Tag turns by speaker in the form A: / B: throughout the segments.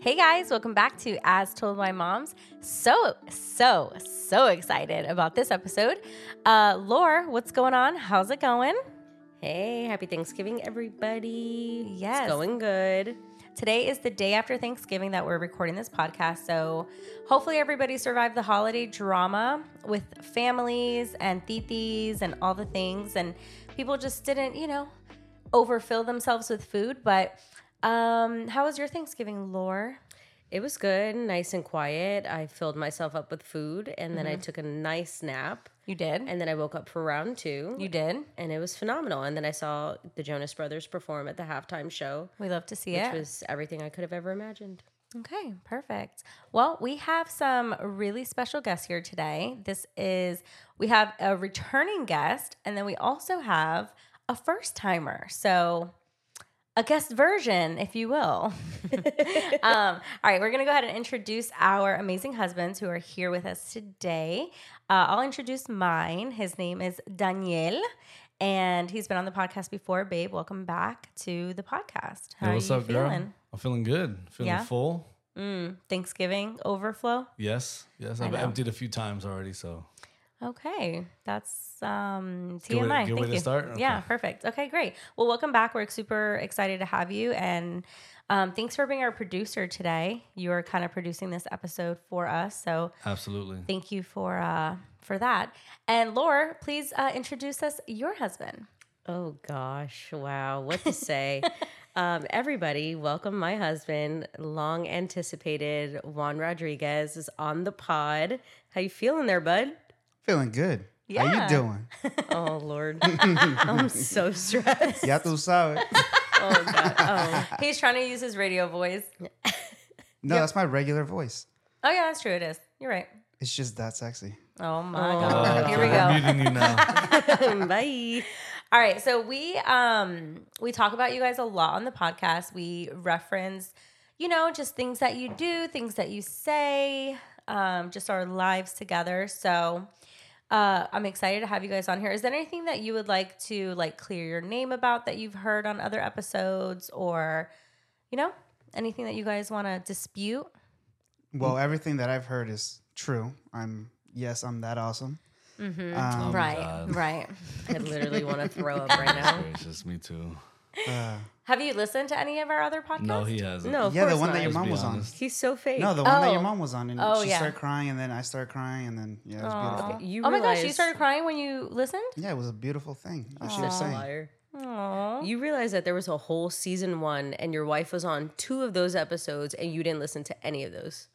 A: Hey guys, welcome back to As Told by Moms. So, so, so excited about this episode. Uh, Lore, what's going on? How's it going?
B: Hey, happy Thanksgiving, everybody.
A: Yes.
B: It's going good.
A: Today is the day after Thanksgiving that we're recording this podcast. So, hopefully, everybody survived the holiday drama with families and titis and all the things. And people just didn't, you know, overfill themselves with food. But, um, how was your Thanksgiving, Lore?
B: It was good, nice and quiet. I filled myself up with food and then I took a nice nap.
A: You did.
B: And then I woke up for round two
A: you did.
B: and it was phenomenal. And then I saw the Jonas Brothers perform at the halftime show,
A: We love to see it.
B: which was everything I could have ever imagined.
A: Okay, perfect. Well, we have some really special guests here today. This is, we have a returning guest, and then we also have a first timer. So, a guest version, if you will. um, all right, we're going to go ahead and introduce our amazing husbands who are here with us today. Uh, I'll introduce mine. His name is Daniel, and he's been on the podcast before. Babe, welcome back to the podcast. How
C: Hey,
A: are
C: what's
A: you
C: up, girl?
A: feeling?
C: I'm feeling good. Feeling
A: Yeah?
C: full.
A: Mm, Thanksgiving overflow.
C: Yes. Yes. I've
A: know.
C: emptied a few times already, so
A: Okay, that's um, TMI.
C: Good way to- good
A: Thank
C: way to
A: you.
C: start?
A: Yeah,
C: Okay.
A: perfect. Okay, great. Well, welcome back. We're super excited to have you, and um, thanks for being our producer today. You are kind of producing this episode for us, so
C: absolutely.
A: thank you for uh, for that. And Laura, please uh, introduce us your husband.
B: Oh gosh, wow, what to say. um, everybody, welcome my husband, long anticipated Juan Rodriguez is on the pod. How you feeling there, bud?
D: Feeling good. How
A: Yeah.
D: you doing?
B: Oh Lord, I'm so stressed.
D: Ya tú sabes.
B: Oh God. Oh,
A: He's trying to use his radio voice.
D: No, that's my regular voice.
A: Oh yeah, that's true. It is. You're right.
D: It's just that sexy.
A: Oh my
B: Oh.
A: god.
C: Uh,
A: Here
C: so
A: we
C: We're
A: go.
C: muting you now.
B: bye.
A: All right, so we um we talk about you guys a lot on the podcast. We reference, you know, just things that you do, things that you say, um, just our lives together. So uh, I'm excited to have you guys on here. Is there anything that you would like to like clear your name about that you've heard on other episodes, or you know, anything that you guys want to dispute?
B: Oh
D: Well,
A: Mm.
D: everything that I've heard is true. I'm yes, I'm that awesome.
A: Mm-hmm.
D: Um,
A: right,
C: God.
A: right.
B: I literally want to throw up right now.
C: Gracious, me too.
D: uh,
A: Have you listened to any of our other podcasts?
C: No, he hasn't.
B: No, of
D: yeah, the
B: course
D: one
B: not.
D: that your
C: Let's
D: mom
C: be
D: was
C: honest.
B: He's so fake.
D: on. No, the one that
A: Oh.
D: your mom was on, and
A: Oh,
D: she
A: yeah.
D: started crying, and then I started crying, and then yeah, it was
A: Aw.
D: beautiful.
B: You
A: oh my gosh, you
B: realize-
A: started crying when you listened.
D: Yeah, it was a beautiful thing. That's
B: You're
D: what
B: a
D: I'm saying.
B: liar.
A: Aww.
B: You realize that there was a whole season one, and your wife was on two of those episodes, and you didn't listen to any of those.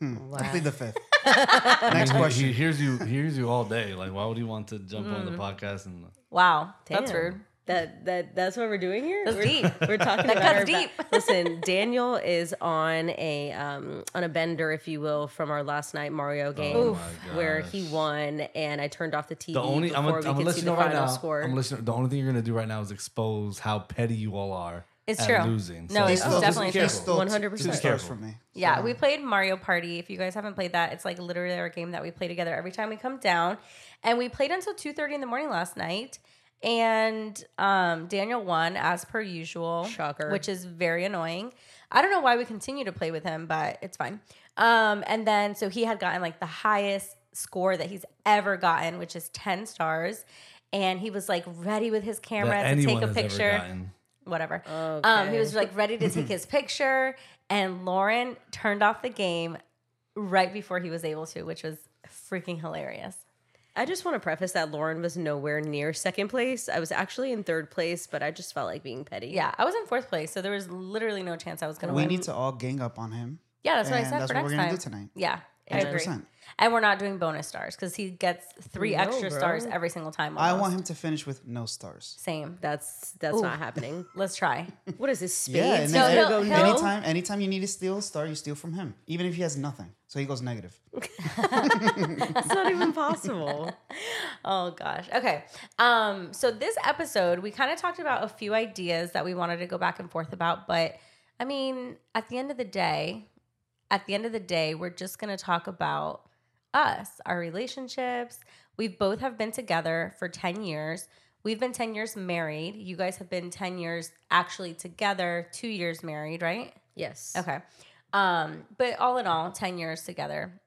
D: Hmm.
B: Wow.
D: I plead the fifth.
C: I mean,
D: Next
C: he-
D: question.
C: He, hears you he hears you all day. Like, why would he want to jump on the
A: Mm-hmm.
C: podcast and
A: Wow, that's
B: Damn.
A: rude.
B: That that that's what we're doing here.
A: That's
B: we're,
A: deep.
B: We're talking
A: That
B: about
A: cuts
B: our ba-
A: deep.
B: Listen, Daniel is on a um on a bender, if you will, from our last night Mario game
C: Oh my
B: where he
C: gosh.
B: won, and I turned off the TV
C: the only
B: before
C: I'm
B: we
C: gonna, I'm
B: could
C: gonna
B: see
C: let you
B: the
C: know right
B: final
C: now.
B: score.
C: I'm listening. The only thing you're gonna do right now is expose how petty you all are.
A: It's
C: at
A: true.
C: Losing.
A: No, it's
C: just
A: still-
C: be
A: definitely true.
C: careful.
D: still
B: 100%.
D: two
C: Just be
D: stars
C: careful.
D: from me.
A: Yeah, we played Mario Party. If you guys haven't played that, it's like literally our game that we play together every time we come down. And we played until two thirty in the morning last night. And um, Daniel won as per usual,
B: Shocker.
A: which is very annoying. I don't know why we continue to play with him, but it's fine. Um, and then so he had gotten like the highest score that he's ever gotten, which is ten stars. And he was like ready with his
C: that
A: camera to
C: anyone
A: take a
C: has ever
A: picture
C: gotten.
A: whatever. Um, he was like ready to take his picture, and Lauren turned off the game right before he was able to, which was freaking hilarious.
B: I just want to preface that Lauren was nowhere near second place. I was actually in third place, but I just felt like being petty.
A: Yeah, I was in fourth place, so there was literally no chance I was gonna
D: We
A: win.
D: need to all gang up on him.
A: yeah, that's what I
D: and
A: said
D: that's
A: for
D: what
A: next
D: we're gonna
A: time.
D: do tonight.
A: Yeah, I agree.
D: 100%.
A: And we're not doing bonus stars because he gets three
B: No,
A: extra
B: bro.
A: stars every single time.
D: I
A: almost.
D: want him to finish with no stars.
A: Same.
B: that's that's not happening.
A: Let's try.
B: What is this? Spades?
D: Yeah, and
B: He's
D: then
A: No,
B: gonna
D: any-
A: he'll-
B: go, no.
D: anytime, anytime you need to steal a star, you steal from him, even if he has nothing. So he goes negative.
B: That's not even possible.
A: Oh gosh. Okay. Um, so this episode, we kind of talked about a few ideas that we wanted to go back and forth about, but I mean, at the end of the day, at the end of the day, we're just gonna talk about us, our relationships. We both have been together for 10 years. We've been 10 years married. You guys have been 10 years actually together, two years married, right?
B: Yes.
A: Okay. Um, but all in all, 10 years together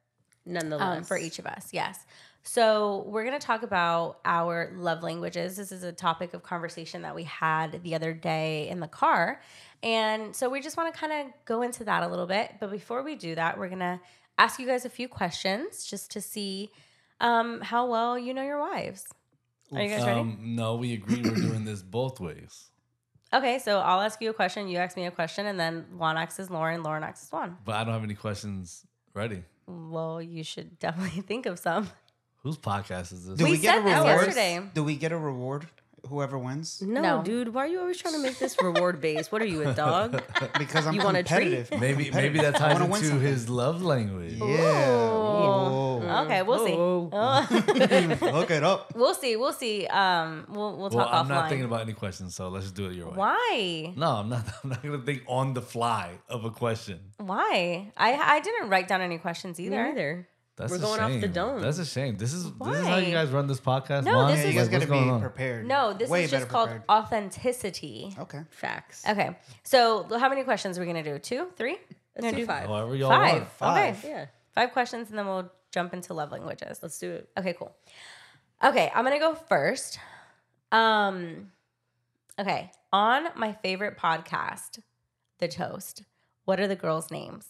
B: Nonetheless,
A: um, for each of us. Yes. So we're going to talk about our love languages. This is a topic of conversation that we had the other day in the car. And so we just want to kind of go into that a little bit. But before we do that, we're going to ask you guys a few questions just to see um, how well you know your wives. Are you guys ready?
C: Um, no, we agreed we're doing this both ways.
A: Okay, so I'll ask you a question, you ask me a question, and then Juan is Lauren, Lauren is Juan.
C: But I don't have any questions ready.
A: Well, you should definitely think of some.
C: Whose podcast is this?
D: Do
A: We
D: we, get a
A: said that
D: reward?
A: yesterday.
D: Do we get a reward? Whoever wins?
B: No,
A: No.
B: dude, why are you always trying to make this reward based? What are you, a dog?
D: Because I'm
B: You want a treat?
D: competitive. I'm
C: maybe
D: competitive.
C: maybe that
D: I
C: ties
D: wanna
C: into
D: win something.
C: his love language.
A: Ooh.
D: Yeah.
A: Okay, we'll see.
B: Oh.
A: Oh.
D: Whoa. Look it up.
A: we'll see. We'll see. Um, we'll we'll
C: Well,
A: talk
C: I'm
A: offline.
C: not thinking about any questions, so let's just do it your way.
A: Why?
C: No, I'm not. I'm not gonna think on the fly of a question.
A: Why? I I didn't write down any questions either.
B: Neither.
C: That's
B: We're
C: a
B: going off the
C: shame.
B: dome.
C: That's a shame. This is this is how
A: Why?
C: you guys run this podcast.
A: No,
C: Juan?
A: this
D: Yeah,
A: is-
D: you
C: What's
D: guys got to
C: going
D: be
C: on?
D: prepared.
A: No, this
D: Way
A: is just
D: better
A: called
D: prepared.
A: authenticity.
D: Okay.
B: Facts.
A: Okay. So how many questions are we gonna do? Two, three?
B: Let's do five.
D: Oh,
C: However y'all
A: Five.
C: want.
D: Five.
A: Okay.
B: Yeah,
A: Five questions and then we'll jump into love languages.
B: let's do it.
A: Okay, cool. Okay, I'm gonna go first. Um, okay, on my favorite podcast, The Toast. What are the girls' names?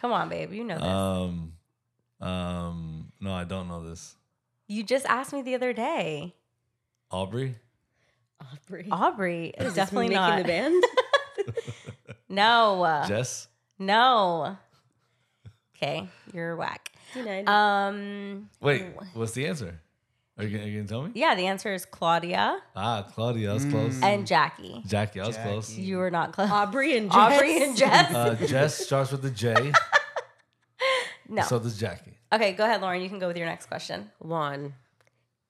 A: Come on, babe, you know this.
C: um, um, no, I don't know this.
A: you just asked me the other day.
C: Aubrey,
B: Aubrey.
A: Aubrey
B: Is
A: is
B: this
A: definitely
B: making
A: not.
B: the band.
A: No, uh,
C: Jess,
A: no. Okay, you're whack.
B: United.
A: Um,
C: wait, what's the answer? Are you gonna, are you gonna tell me?
A: yeah, the answer is Claudia
C: Ah, Claudia, that was close.
A: and Jackie.
C: Jackie, that was
D: Jackie.
C: close.
A: You were not close.
B: Aubrey and Jess.
A: Aubrey and Jess.
C: Uh, Jess starts with the J.
A: No.
C: So does Jackie.
A: okay, go ahead, Lauren. You can go with your next question.
B: Juan.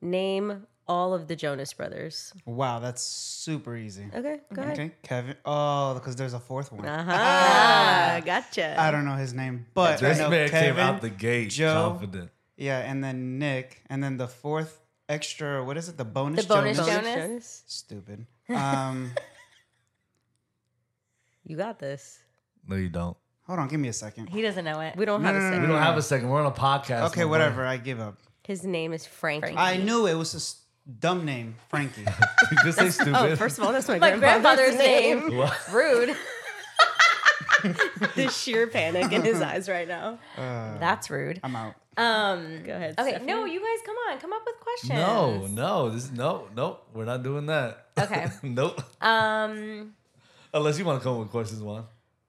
B: Name all of the Jonas Brothers.
D: Wow, that's super easy.
B: Okay, go ahead.
D: Okay, Kevin. Oh, because there's a fourth one.
B: Uh-huh. Gotcha.
D: I don't know his name, but
C: This
D: I know
C: man
D: Kevin.
C: came out the gate
D: Joe.
C: confident.
D: yeah, and then Nick, and then the fourth extra. What is it? The bonus.
A: The bonus
D: Jonas?
A: Jonas?
D: Stupid. Um,
B: You got this.
C: No, you don't.
D: hold on, give me a second.
A: He doesn't know it.
B: We don't
D: No,
B: have
D: no,
B: a
D: no,
B: second.
C: We don't have a second. We're on a podcast.
D: Okay,
C: my boy.
D: whatever. I give up.
B: His name is Frankie.
A: Frankie.
D: I knew it was a s- dumb name, Frankie.
C: Just say stupid.
B: Oh, first of all, that's my,
A: my grandfather's
B: grandfather's
A: name.
B: name.
C: What?
A: Rude.
B: the sheer panic in his eyes right now.
A: That's rude.
C: Uh,
D: I'm out.
A: Um.
B: Go ahead.
A: Okay.
B: Stephanie.
A: No, you guys, come on. Come up with questions.
C: No, no, this no, no. We're not doing that.
A: Okay.
C: nope.
A: Um.
C: Unless you want to come up with questions, Juan.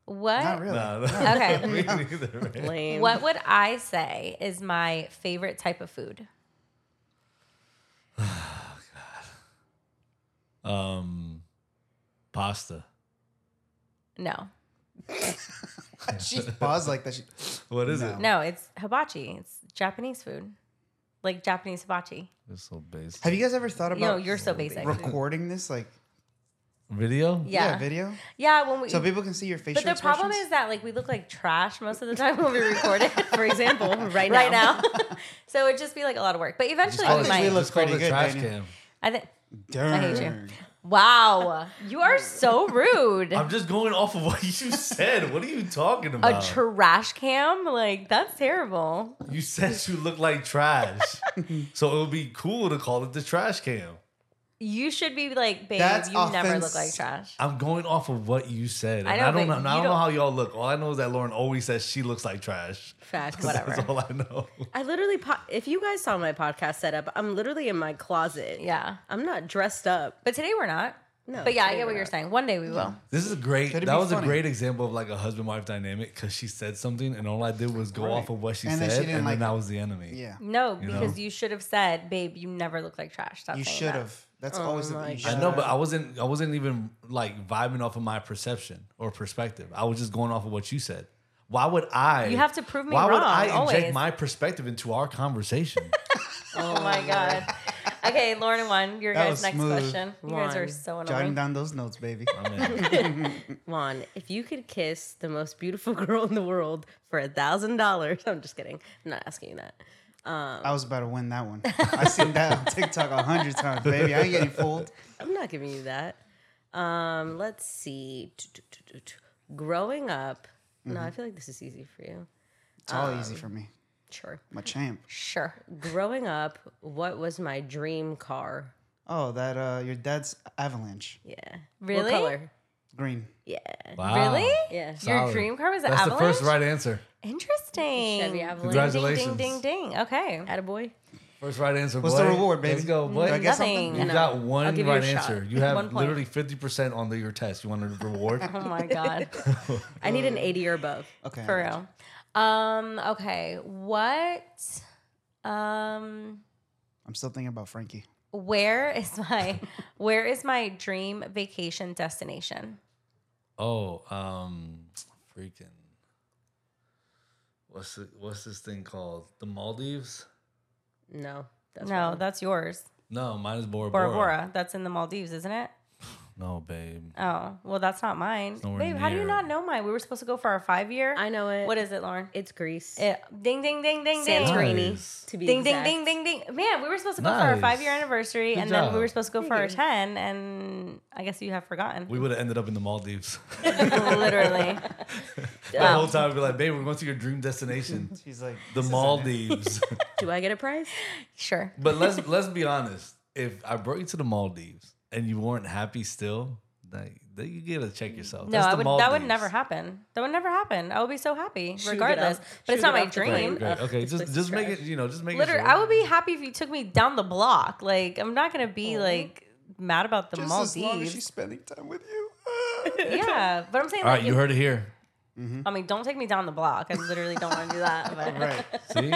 A: What?
D: Not really.
C: Nah,
A: Okay.
C: me neither. Man.
B: Lame.
A: What would I say is my favorite type of food?
C: Um, pasta.
A: No.
D: She paused like that. She,
C: What is it?
A: No, it's hibachi. It's Japanese food, like Japanese hibachi.
C: It's so basic.
D: have you guys ever thought
A: No,
D: about
A: you're so basic.
D: recording this, like
C: Video? Oh,
A: Yeah.
D: yeah, video,
A: Yeah. When we.
D: so people can see your facial
A: but the problem is that like we look like trash most of the time when we record it.
B: For example, right now.
A: right now. so it'd just be like a lot of work. But eventually
D: call
A: we
D: it
A: might.
D: Lilo.
C: Just call
D: Pretty
C: it
D: good,
C: trash
D: Daniel.
C: cam.
A: I think.
D: is, Darn.
A: hate you. Wow, you are so rude.
C: I'm uh, just going off of what you said. What are you talking
A: a
C: about?
A: trash cam? Like that's terrible.
C: you said you look like trash, so it would be cool to call it the trash cam.
A: You should be like, babe,
D: That's
A: you never look
D: offense-
A: like trash.
C: I'm going off of what you said. And
A: I
C: I,
A: know, but
C: don't know. and
A: you
C: I don't know
A: don't-
C: how y'all look. All I know is that Lauren always says she looks like trash.
B: Facts.
A: Whatever.
C: That's all I know.
B: I literally, po- if you guys saw my podcast setup, I'm literally in my closet.
A: Yeah,
B: I'm not dressed up.
A: but today we're not.
B: No,
A: but yeah, I
B: today
A: get what
B: we're
A: you're
B: not.
A: saying. One day we will.
C: This is a great.
D: Could
C: That
D: it be
C: was
D: funny?
C: a great example of like a husband wife dynamic because she said something and all I did was go
D: Right.
C: off of what she
D: And then
C: said,
D: she didn't
C: and
D: like
C: then that
D: it.
C: was the enemy.
D: Yeah,
A: No,
C: You know?
A: because you should have said, babe, you never look like trash. Stop
D: you
A: saying
D: should
A: that.
D: have. That's
B: Oh
D: always
B: my
D: the
B: God.
C: I know, but I wasn't. I wasn't even like vibing off of my perception or perspective. I was just going off of what you said. Why would I?
A: You have to prove me
C: Why would
A: wrong,
C: I
A: always.
C: inject my perspective into our conversation?
A: Oh my god. Okay, Lauren and one, your
D: That
A: guys'
D: was
A: next
D: smooth.
A: question. You guys are
B: Juan.
A: so
D: jotting
A: annoying.
D: down those notes, baby.
C: I mean,
B: Juan, if you could kiss the most beautiful girl in the world for a thousand dollars, I'm just kidding. I'm not asking you that.
D: I was about to win that one. I seen that on TikTok a hundred times, baby. I ain't getting fooled.
B: I'm not giving you that. Um, let's see. Growing up. No,
A: Mm-hmm.
B: I feel like this is easy for you.
D: It's all easy for me.
B: Sure.
D: My champ.
A: Sure.
B: Growing up, what was my dream car?
D: Oh, that uh, your dad's avalanche
B: Yeah.
A: Really?
B: What color? Ah.
D: green.
B: Yeah.
C: Wow.
A: Really?
B: Yeah.
A: Your
C: Solid.
A: dream car was an
C: That's
A: avalanche.
C: the first right answer.
A: Interesting.
B: Chevy
A: Ding,
B: Avalanche.
C: Congratulations.
A: ding, ding, ding. Okay.
B: Attaboy.
C: First right answer.
D: What's
C: boy.
D: the reward, baby?
C: Let's go,
D: Do
C: boy.
D: I get
A: Nothing.
D: something?
C: You
B: No.
C: got
B: I'll
C: one
B: give you a
C: right
B: shot.
C: answer. You
A: One
C: have
A: point.
C: literally 50% on the, your test. You want a reward?
A: Oh my god.
B: I need
A: Uh,
B: an 80 or above.
D: Okay.
A: For real. Um. Okay. What? Um.
D: I'm still thinking about Frankie.
A: Where is my Where is my dream vacation destination?
C: oh, um, freaking. What's the, what's this thing called? The Maldives?
B: No. That's
A: no, that's yours.
C: No, mine is Bora Bora.
A: Bora Bora. That's in the Maldives, isn't it?
C: No, babe.
A: Oh, well, that's not mine.
C: nowhere
A: Babe, how do you
C: near.
A: not know mine? We were supposed to go for our five year.
B: I know it.
A: What is it, Lauren?
B: It's Greece.
A: It, ding, ding, ding, ding, ding.
C: Nice.
B: Santorini, to be
A: Ding, ding,
B: exact.
A: ding, ding, ding. Man, we were supposed to go for our
C: Nice.
A: five year anniversary,
C: Good
A: and then we
C: job.
A: were supposed to go for our
B: you.
A: 10, and I guess you have forgotten.
C: We would have ended up in the Maldives.
A: Literally.
C: the
A: Um.
C: whole time, we'd be like, babe, we're going to your dream destination.
D: She's like
C: The Maldives.
B: Do I get a prize?
A: Sure.
C: But let's let's be honest. If I brought you to the Maldives and you weren't happy still, that, that you gotta check yourself.
A: No,
C: That's
A: I
C: the
A: would, that would
C: Maldives.
A: never happen. That would never happen. I would be so happy,
B: it
A: regardless.
B: up.
A: But it's
B: Shoot
A: not
B: it
A: my
B: off the plane.
A: dream.
C: Great.
B: Ugh,
C: Okay,
B: this
C: just
B: place
C: just
B: is
C: make
B: trash.
C: it. You know, just make
A: Literally,
C: it.
A: I would be happy if you took me down the block. Like, I'm not going to be like mad about the
D: Just
A: Maldives.
D: as long as she's spending time with you. Ah.
A: yeah, but I'm saying,
C: All
A: like,
C: right, you heard it here.
A: I mean, don't take me down the block. I literally don't want to do that. But.
D: right.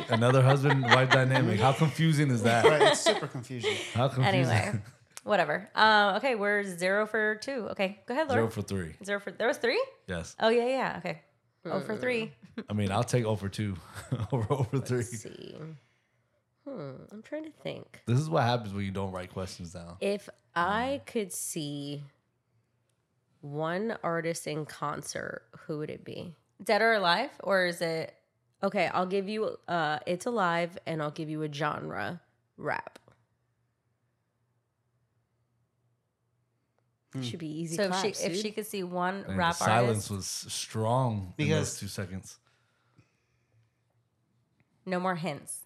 C: See, another husband-wife dynamic. How confusing is that?
D: Right. It's super confusing.
C: How confusing.
A: Anyway, whatever. Um, okay, we're zero for two. Okay, go ahead, Laura.
C: Zero
A: Zero
C: for three.
A: for, there was three.
C: Yes,
A: Oh yeah, yeah. Okay. Oh for three.
C: I mean I'll take over two, over over three.
B: Let's see. Hmm, I'm trying to think.
C: This is what happens when you don't write questions down.
B: If I could see one artist in concert, who would it be?
A: Dead or alive, or is it?
B: Okay, I'll give you uh it's alive and I'll give you a genre rap. Should be easy.
A: So
B: claps,
A: if she if
B: dude.
A: she could see one
C: And
A: rap
C: the silence
A: artist,
C: was strong in
D: Because-
C: those two seconds.
A: no more hints.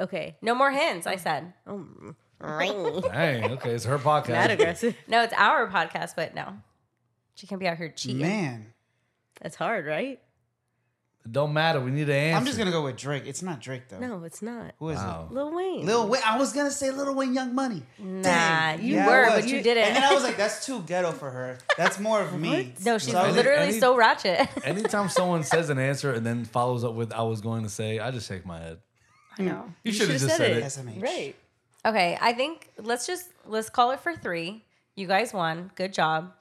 B: Okay.
A: No more hints. I said.
B: Um, not
C: Dang. Okay, it's her podcast.
B: aggressive.
A: No, it's our podcast, but no, she can't be out here cheating.
D: Man,
B: That's hard, right?
C: It don't matter. We need an answer.
D: I'm just gonna go with Drake. It's not Drake though.
B: No, it's not.
D: Who is
C: Wow.
B: Lil Wayne.
D: it? Lil Wayne. I was gonna say Lil Wayne, Young Money. Nah,
A: you were, but you didn't.
D: And then I was like, that's too ghetto for her. That's more of me.
A: No, she's
D: So I was-
A: literally
C: any-
A: so ratchet.
C: Anytime someone says an answer and then follows up with "I was going to say," I just shake my head.
A: I know.
C: You, should have
B: should've
C: just
B: said
C: said
B: it.
C: it.
D: SMH.
B: Right.
A: Okay, I think let's just let's call it for three. You guys won. Good job.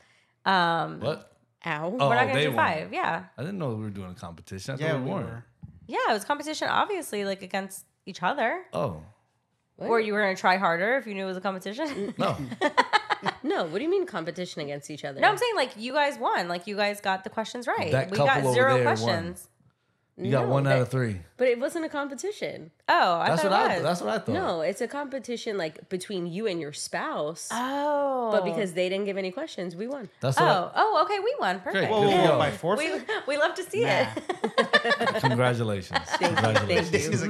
A: Um,
C: What?
B: Ow.
A: we're not
C: Oh,
A: gonna
C: they
A: do
C: won.
A: five. Yeah.
C: I didn't know we were doing a competition. I
D: Yeah,
C: thought
D: we
C: we weren't.
D: were.
A: Yeah, it was competition, obviously, like against each other.
C: Oh
A: Or you were gonna try harder if you knew it was a competition.
C: no!
B: No, what do you mean competition against each other?
A: no, I'm saying like you guys won. Like you guys got the questions right.
C: That
A: we
C: couple
A: got
C: over
A: zero
C: there won.
A: questions.
C: You got
B: No,
C: one
B: that-
C: out of three.
B: But it wasn't a competition.
A: Oh, I
C: That's
A: thought
C: what I.
A: it was.
C: That's what I thought.
B: No, it's a competition like between you and your spouse.
A: oh,
B: But because they didn't give any questions, we won.
C: That's what.
A: oh oh okay, we won. Perfect.
D: Whoa,
C: Good
D: whoa, whoa,
C: job.
D: by
A: We,
D: forfeit.
A: we love to see
D: Nah.
A: it.
C: I, congratulations! congratulations!
B: Thank
D: This
B: you.
D: is a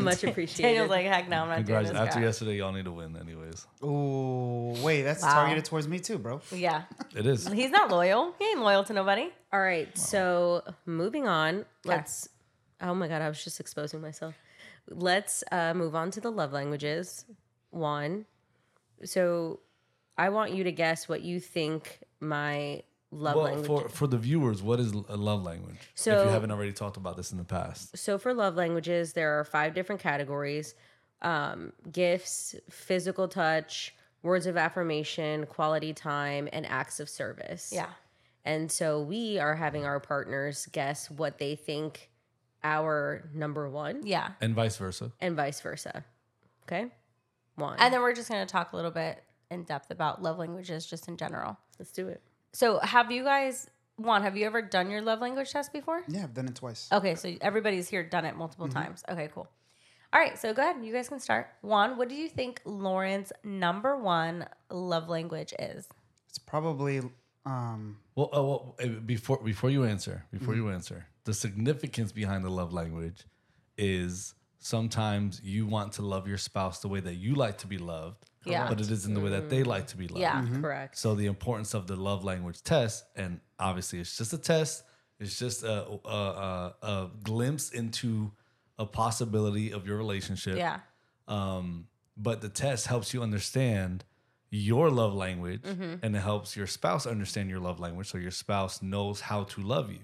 B: Much appreciated.
A: Daniel's like, heck no, I'm not doing
C: Congrats.
A: this.
C: After
A: crap.
C: yesterday, y'all need to win, anyways.
D: Ooh, wait, that's
A: Wow.
D: targeted towards me too, bro.
A: Yeah,
C: It is.
A: he's not loyal. He ain't loyal to nobody.
B: All right, so moving on. Let's. Oh my god, I was just exposing myself. Let's uh, move on to the love languages. One. So, I want you to guess what you think my love
C: Well,
B: language.
C: for for the viewers, what is a love language? if
B: So-
C: you haven't already talked about this in the past,
B: so for love languages, there are five different categories: um, gifts, physical touch, words of affirmation, quality time, and acts of service.
A: Yeah.
B: And so we are having our partners guess what they think our number one
A: Yeah.
C: and vice versa.
B: and vice versa. Okay? One.
A: And then we're just going to talk a little bit in depth about love languages just in general.
B: Let's do it.
A: So, have you guys, Juan, have you ever done your love language test before?
D: Yeah, I've done it twice.
A: Okay, so everybody's here done it multiple
C: Mm-hmm.
A: times. Okay, cool. All right, so go ahead. You guys can start. Juan, what do you think Lauren's number one love language is?
D: It's It's probably um,
C: Well, uh, well uh, before before you answer, before you
B: Mm-hmm.
C: answer, the significance behind the love language is sometimes you want to love your spouse the way that you like to be loved,
A: Yeah.
C: but it isn't the way that they like to be loved.
A: Yeah.
B: Correct.
C: So the importance of the love language test, and obviously it's just a test. It's just a a, a, a glimpse into a possibility of your relationship.
A: Yeah.
C: Um, but the test helps you understand your love language
A: Mm-hmm.
C: and it helps your spouse understand your love language so your spouse knows how to love you.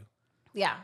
A: Yeah.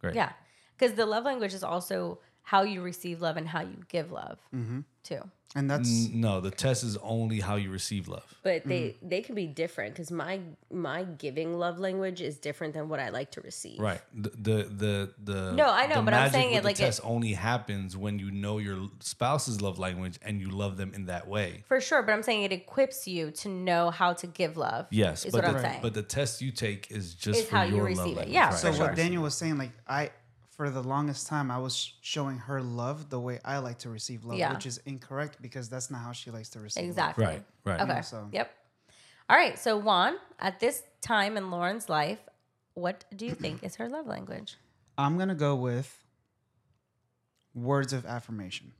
C: Great.
A: Yeah. Because the love language is also how you receive love and how you give love
C: Mm-hmm.
A: too.
D: and that's
C: N- No, the test is only how you receive love.
B: but they they can be different because my my giving love language is different than what I like to receive.
C: Right. The the the, the
A: No, I know,
C: the
A: but I'm
C: magic
A: saying
C: with
A: it like it-
C: the test only happens when you know your spouse's love language and you love them in that way.
A: For sure. But I'm saying it equips you to know how to give love.
C: Yes,
A: Is
C: but
A: what I'm
C: the,
A: saying.
C: But the test you take is just
A: Is
C: for
A: how you
C: your
A: receive
C: love
A: it.
C: language.
A: Yeah,
D: so
A: for
D: what
A: sure.
D: Daniel was saying. Like I, for the longest time, I was sh- showing her love the way I like to receive love,
A: Yeah.
D: which is incorrect because that's not how she likes to receive. love.
A: exactly.
C: Right. Right.
A: Okay.
D: so-
A: Yep. All right. So Juan, at this time in Lauren's life, what do you think is her love language?
D: I'm gonna go with words of affirmation.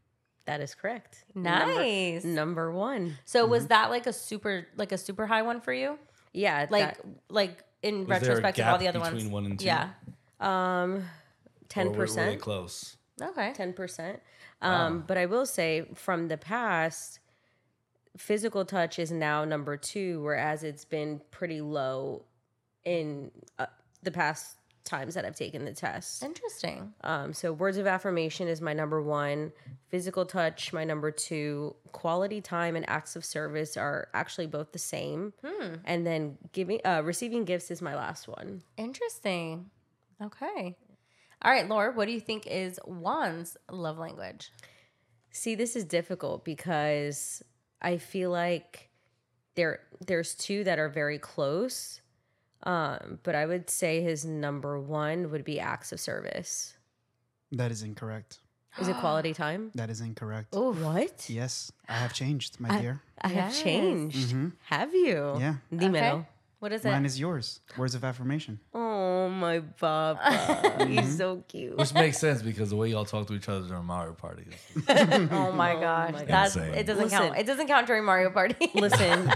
B: That is correct.
A: Nice.
B: Number, number one.
A: So
C: Mm-hmm.
A: was that like a super like a super high one for you?
B: Yeah.
A: Like like in
C: Was there a
A: retrospect of all
C: gap
A: the other ones.
C: between one and two?
A: Yeah.
B: that, um
C: Or
B: ten
C: we're really
B: percent.
C: close.
A: Okay.
B: ten percent. Um, But I will say from the past, physical touch is now number two, whereas it's been pretty low in uh, the past times that I've taken the test.
A: Interesting.
B: Um, so words of affirmation is my number one. Physical touch, my number two. Quality time and acts of service are actually both the same. And then giving, uh, receiving gifts is my last one.
A: Interesting. Okay. All right, Laura, what do you think is Juan's love language?
B: See, this is difficult because I feel like there there's two that are very close. Um, but I would say his number one would be acts of service.
D: That is incorrect.
B: Is it quality time?
D: That is incorrect.
B: Oh, what?
D: Yes, I have changed, my dear.
B: I
A: Yes.
B: have changed. Have you?
D: Yeah.
B: The middle.
A: What is
D: Mine
A: it?
D: is yours. Words of affirmation.
B: Oh my papa. He's so cute.
C: Which makes sense because the way y'all talk to each other during Mario parties.
A: oh my gosh. That's
C: Insane.
A: it doesn't count.
B: Listen.
A: It doesn't count during Mario Party.
B: Listen,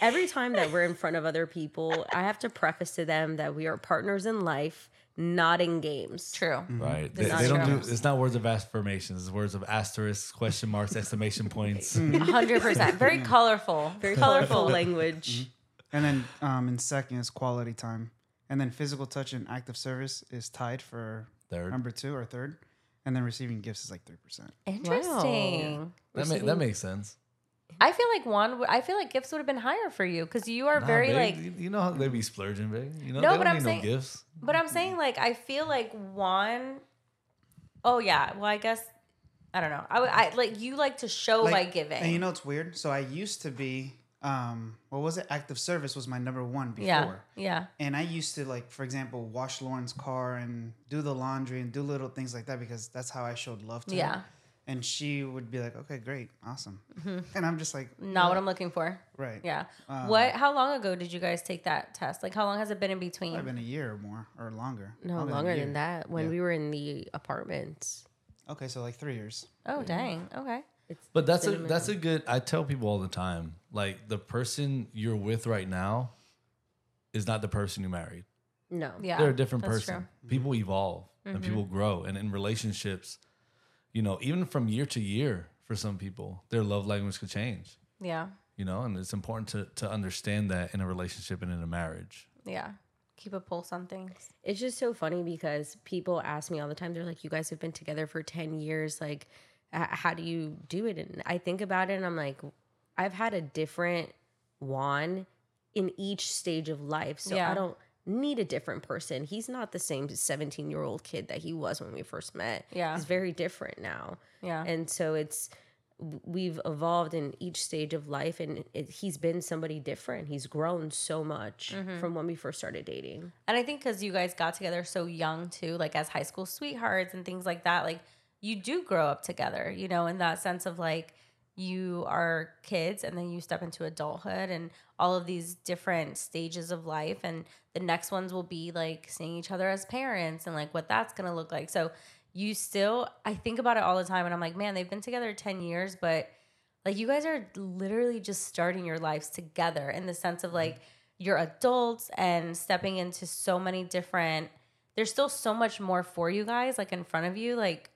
B: every time that we're in front of other people, I have to preface to them that we are partners in life, not in games.
A: True.
C: Right. They,
A: not
C: they don't do
A: true.
C: it's not words of affirmations, it's words of asterisks, question marks, exclamation points.
A: hundred percent. Very colorful.
B: Very colorful language.
D: And then um, in second is quality time. And then physical touch and act of service is tied for
C: Third.
D: number two or third. And then receiving gifts is like 3%.
A: Interesting.
C: That, ma- that makes sense.
A: I feel like Juan. would- I feel like gifts would have been higher for you because you are
C: Nah,
A: very like.
C: babe, you- you know how they be splurging, babe. You know
A: No,
C: they
A: but
C: don't
A: I'm
C: need
A: saying-
C: no gifts.
A: But I'm saying like I feel like Juan. Oh yeah. Well, I guess I don't know. I, would- I like you like to show by giving.
D: And you know it's weird? So I used to be, um, what was it? Act of service was my number one before.
A: yeah. Yeah.
D: And I used to, like, for example, wash Lauren's car and do the laundry and do little things like that because that's how I showed love to
A: Yeah. Mm-hmm.
D: her. And she would be like, okay, great, awesome. And I'm just like,
A: Not what I'm looking for.
D: right. Um,
A: Yeah.
D: Uh,
A: what? How long ago did you guys take that test? Like, how long has it been in between?
D: Probably been a year or more or longer.
B: No,
D: Probably been a
B: longer
D: year.
B: than that. When we were in the apartments.
D: Okay, so like three years.
A: oh, dang. Okay.
C: But that's a that's a good. I tell people all the time, like the person you're with right now is not the person you married.
B: No.
A: Yeah.
C: They're a different
A: that's Mm-hmm.
C: person. People evolve and people grow, and in relationships, you know, even from year to year, for some people, their love language could change.
A: true. Yeah.
C: You know, and it's important to to understand that in a relationship and in a marriage.
A: Yeah. Keep a pulse on things.
B: It's just so funny because people ask me all the time, they're like, you guys have been together for 10 years. Like, h- how do you do it? And I think about it and I'm like, I've had a different Juan in each stage of life. So
A: Yeah.
B: I don't need a different person. He's not the same 17 year old kid that he was when we first met.
A: Yeah.
B: He's very different now.
A: Yeah.
B: And so it's we've evolved in each stage of life and it, he's been somebody different. He's grown so much from when we first started dating.
A: And I think because you guys got together so young too, like as high school sweethearts and things like that, like you do grow up together, you know, in that sense of like you are kids and then you step into adulthood and all of these different stages of life and the next ones will be like seeing each other as parents and like what that's going to look like so you still i think about it all the time and i'm like man they've been together 10 years but like you guys are literally just starting your lives together in the sense of like you're adults and stepping into so many different there's still so much more for you guys like in front of you like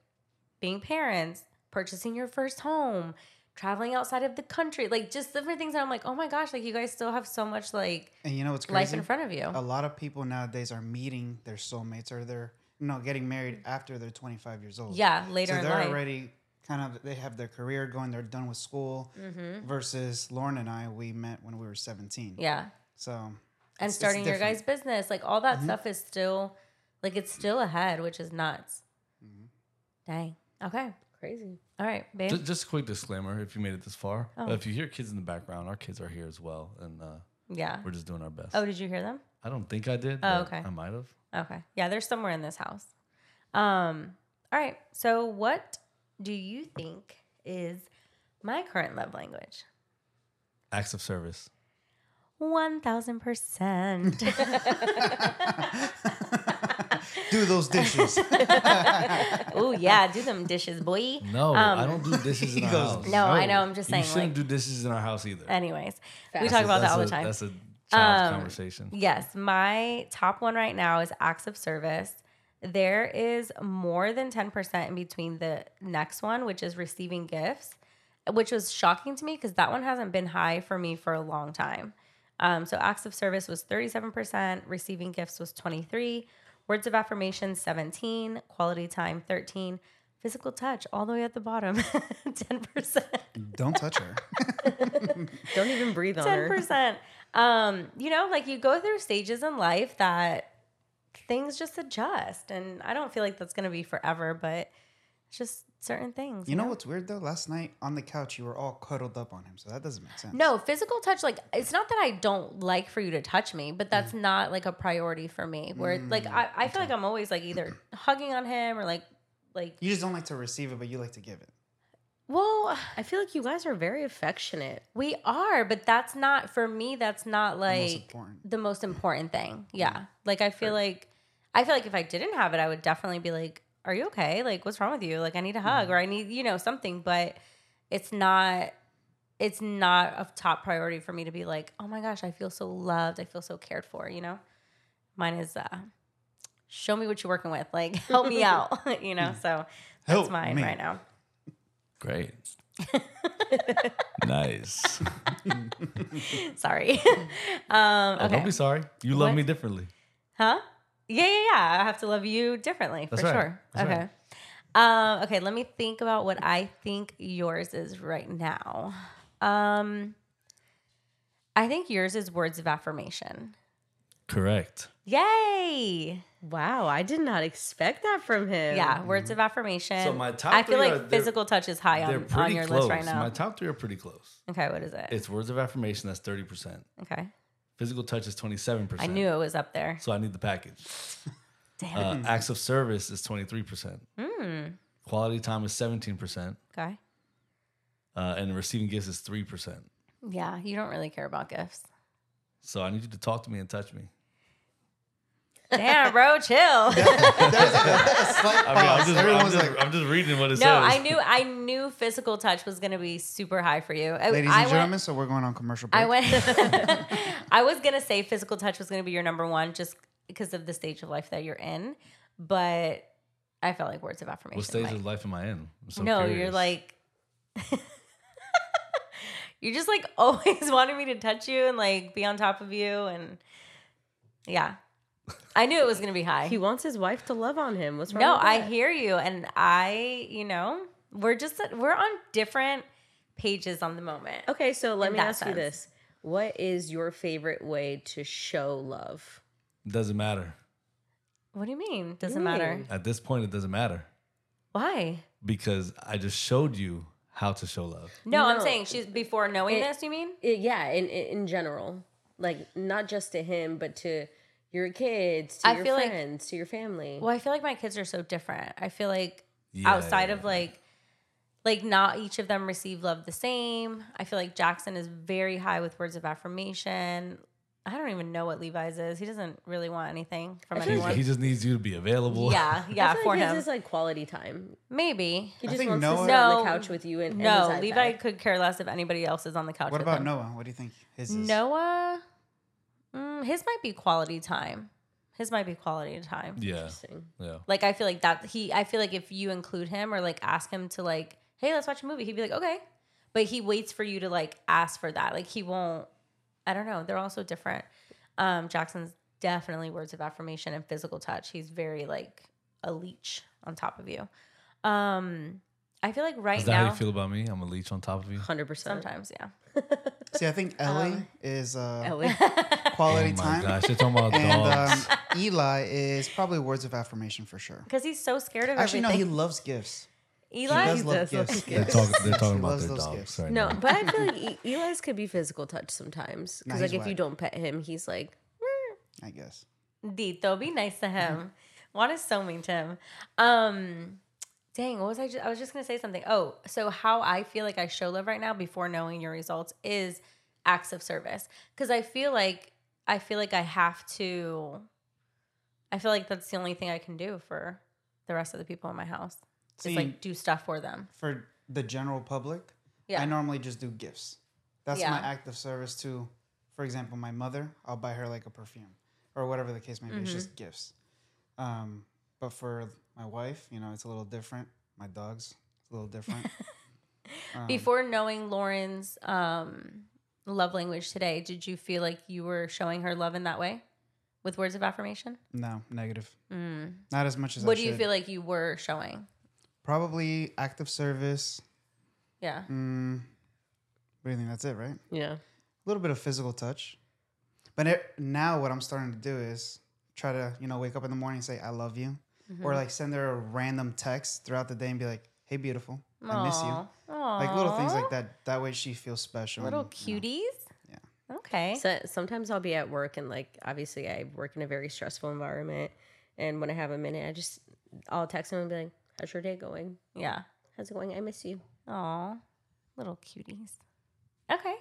A: being parents purchasing your first home traveling outside of the country like just different things that i'm like oh my gosh like you guys still have so much like
D: And you know what's
A: life
D: crazy? Oh.
A: in front of you
D: a lot of people nowadays are meeting their soulmates or they're no getting married after they're 25 years old.
A: yeah later
D: so
A: in
D: they're
A: life
D: already kind of they have their career going. They're done with school. Versus Lauren and I, we met when we were 17.
A: Mm-hmm. yeah
D: So
A: and
D: it's
A: starting your
D: different. Mm-hmm.
A: guys business like all that stuff is still like it's still ahead which is nuts
D: Mm-hmm.
A: dang okay
B: Crazy.
A: all right babe
C: Ju- Just a quick disclaimer if you made it this far.
A: Oh.
C: If you hear kids in the background, our kids are here as well. And uh,
A: yeah
C: we're just doing our best.
A: oh did you hear them
C: I don't think I did.
A: Oh,
C: but
A: okay.
C: I might have.
A: Okay. Yeah, they're somewhere in this house. Um, all right. So what do you think is my current love language?
C: Acts of service.
A: One thousand percent.
D: do those dishes.
A: Oh yeah, do them dishes, boy.
C: No, I don't do dishes in
D: He
C: our
D: goes,
C: house.
A: Um, No, I know, I'm just saying,
C: You shouldn't
A: like-
C: do dishes in our house either.
A: Anyways, we
B: That's
A: talk about that
C: That's
A: all
C: a-
A: the time.
C: That's a child's
A: Um,
C: conversation.
A: Yes, my top one right now is acts of service. There is more than 10% in between the next one, which is receiving gifts, which was shocking to me because that one hasn't been high for me for a long time. Um, so acts of service was 37%, receiving gifts was 23, words of affirmation 17, quality time 13, physical touch all the way at the bottom 10%.
D: Don't touch her.
B: Don't even breathe on
A: Ten
B: her.
A: percent. Um, you know, like you go through stages in life that things just adjust, and I don't feel like that's gonna be forever, but it's just certain things.
D: You know what's weird though? Last night on the couch, you were all cuddled up on him, so that doesn't make sense.
A: No, physical touch, like it's not that I don't like for you to touch me, but that's
D: Mm.
A: not like a priority for me. Where like I, I feel like I'm always like either hugging on him or like like
D: you just don't like to receive it, but you like to give it.
A: well
B: I feel like you guys are very affectionate.
A: we are, but that's not for me. That's not like
D: important.
A: the most important thing.
D: Mm-hmm.
A: Yeah. Like I feel like I feel like if I didn't have it, I would definitely be like, "Are you okay? Like, what's wrong with you? Like, I need a
D: Mm-hmm.
A: hug or I need, you know, something." But it's not. It's not a top priority for me to be like, "Oh my gosh, I feel so loved. I feel so cared for." You know, mine is. uh Show me what you're working with. Like, help me out. you know, so that's
D: Mm. Help
A: mine
D: me.
A: right now.
C: Great. nice.
A: Sorry. um,
C: Oh, don't
A: okay.
C: be sorry. You love
A: What?
C: me differently.
A: Huh? Yeah, yeah, yeah. I have to love you differently
C: That's
A: for
C: right.
A: sure.
C: That's
A: okay.
C: right.
A: Um, okay, let me think about what I think yours is right now. Um, I think yours is words of affirmation.
C: Correct.
A: Yay!
B: Wow, I did not expect that from him.
A: Yeah, words
C: Mm-hmm.
A: of affirmation.
C: So my top
A: I feel
C: three
A: like
C: are- they're-
A: physical touch is high
C: They're
A: on,
C: pretty
A: on your
C: close.
A: list right now.
C: My top three are pretty close.
A: okay, what is it?
C: It's words of affirmation. That's thirty percent.
A: okay,
C: Physical touch is twenty seven
A: I
C: percent.
A: knew it was up there.
C: So I need the package.
A: Damn.
C: Uh, acts of service is twenty three percent.
A: Hmm.
C: Quality time is seventeen percent,
A: okay.
C: uh, and receiving gifts is three percent.
A: Yeah, you don't really care about gifts.
C: So I need you to talk to me and touch me.
A: Damn, bro, chill.
D: Slight
C: I mean, I'm
D: pause.
C: just, I'm
D: Everyone's
C: just,
D: like,
C: I'm just reading what it says.
A: No, I knew I knew physical touch was gonna be super high for you. I-
D: ladies
A: I went-
D: and gentlemen, so we're going on commercial break.
A: I went. I was gonna say physical touch was gonna be your number one, just because of the stage of life that you're in. But I felt like words of affirmation.
C: What stage
A: might-
C: of life am I in? I'm so
A: no, you're
C: curious.
A: like. you're just like always wanting me to touch you and like be on top of you and yeah. I knew it was gonna be high.
B: He wants his wife to love on him. What's wrong
A: No,
B: with
A: I
B: that?
A: hear you, and I, you know, we're just we're on different pages on the moment.
B: Okay, so let
A: in
B: me
A: that
B: ask you
A: sense.
B: this. What is your favorite way to show love?
C: doesn't matter.
A: What do you mean? Doesn't matter.
B: mean?
C: At this point, it doesn't matter
A: Why?
C: because I just showed you how to show love.
A: No, I'm
B: No.
A: saying she's before knowing this. You mean?
B: I- yeah, in in in general, like not just to him, but to your kids, to
A: I
B: your
A: feel like-
B: friends, to your family.
A: Well, I feel like my kids are so different. I feel like
C: Yeah,
A: outside
C: yeah,
A: of
C: yeah.
A: like like not each of them receive love the same. I feel like Jackson is very high with words of affirmation. I don't even know what Levi's is. He doesn't really want anything from
B: I feel
A: anyone.
B: like
C: He just needs you to be available.
A: yeah, yeah,
B: I feel
A: for
B: like his
A: him.
B: is like quality time.
A: Maybe.
B: He
D: I
B: just
D: think
B: wants
D: Noah-
B: to sit on
A: No.
B: the couch with you and and his
A: No,
B: iPad.
A: Levi could care less if anybody else is on the couch.
D: What
A: with
D: about
A: him.
D: Noah? What do you think? His is?
A: Noah? Mm, his might be quality time. His might be quality time.
C: Yeah.
B: Interesting.
C: Yeah.
A: Like I feel like that he I feel like if you include him or like ask him to like, hey, let's watch a movie, he'd be like, okay. But he waits for you to like ask for that. Like he won't I don't know. They're all so different. Um Jackson's definitely words of affirmation and physical touch. He's very like a leech on top of you. Um I feel like right
C: Is that
A: now
C: how you feel about me? I'm a leech on top of you.
B: Hundred percent.
A: sometimes, yeah.
D: See, I think Ellie
B: Um,
D: is uh,
B: Ellie.
D: quality
C: oh my
D: time,
C: gosh, you're talking about
D: and um,
C: dogs.
D: Eli is probably words of affirmation for sure.
A: Because he's so scared of
D: Actually, no, he
A: everything.
D: loves gifts.
A: Eli
D: he does love
B: does love
D: gifts.
C: they're, talking, they're talking
D: He
C: about
D: loves
C: their
D: those
C: dogs
D: gifts.
C: right
B: No,
C: now.
B: but I feel like E- Eli's could be physical touch sometimes.
D: Nah,
B: Because
D: he's
B: like if you
D: whack.
B: don't pet him, he's like,
D: I guess.
A: Dito, be nice to
D: Mm-hmm.
A: him. Juan is so mean to him. Um, dang, what was I? Just, I was just gonna say something. Oh, so how I feel like I show love right now before knowing your results is acts of service because I feel like I feel like I have to. I feel like that's the only thing I can do for the rest of the people in my house. It's
D: See,
A: like do stuff for them.
D: for the general public,
A: Yeah.
D: I normally just do gifts. That's
A: Yeah.
D: my act of service to, for example, my mother. I'll buy her like a perfume or whatever the case may be. It's just
A: Mm-hmm.
D: gifts. Um, but for my wife, you know, it's a little different. My dogs, it's a little different. Um,
A: Before knowing Lauren's um, love language today, did you feel like you were showing her love in that way with words of affirmation?
D: No, negative. Not as much as I
A: Mm. What do you
D: should.
A: feel like you were showing?
D: Probably act of service.
A: Yeah.
D: Mm, what do you think? That's it, right?
B: yeah.
D: a little bit of physical touch. But it, now what I'm starting to do is try to, you know, wake up in the morning and say, I love you.
A: Mm-hmm.
D: Or like send her a random text throughout the day and be like, hey, beautiful, I miss you. Like little things like that. That way she feels special.
A: Little
D: and, you know.
A: cuties. Yeah. Okay.
B: So sometimes I'll be at work and like obviously I work in a very stressful environment. And when I have a minute, I just I'll text him and be like, How's your day going?
A: yeah.
B: How's it going? I miss you.
A: Aw, little cuties. Okay.